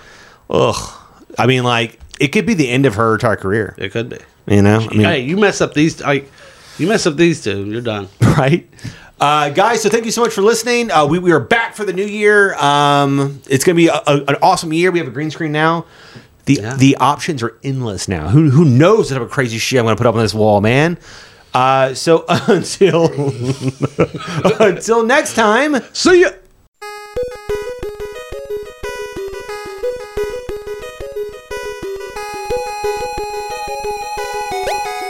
[SPEAKER 1] Ugh. I mean, like it could be the end of her entire career.
[SPEAKER 3] It could be.
[SPEAKER 1] You know, I mean,
[SPEAKER 3] hey, you mess up these like, you mess up these two, you're done.
[SPEAKER 1] right? Uh, guys, so thank you so much for listening. Uh, we, we are back for the new year. Um, it's going to be a, a- an awesome year. We have a green screen now. The
[SPEAKER 3] Yeah.
[SPEAKER 1] the options are endless now. Who who knows what type of crazy shit I'm going to put up on this wall, man? Uh, so until until next time.
[SPEAKER 3] See ya.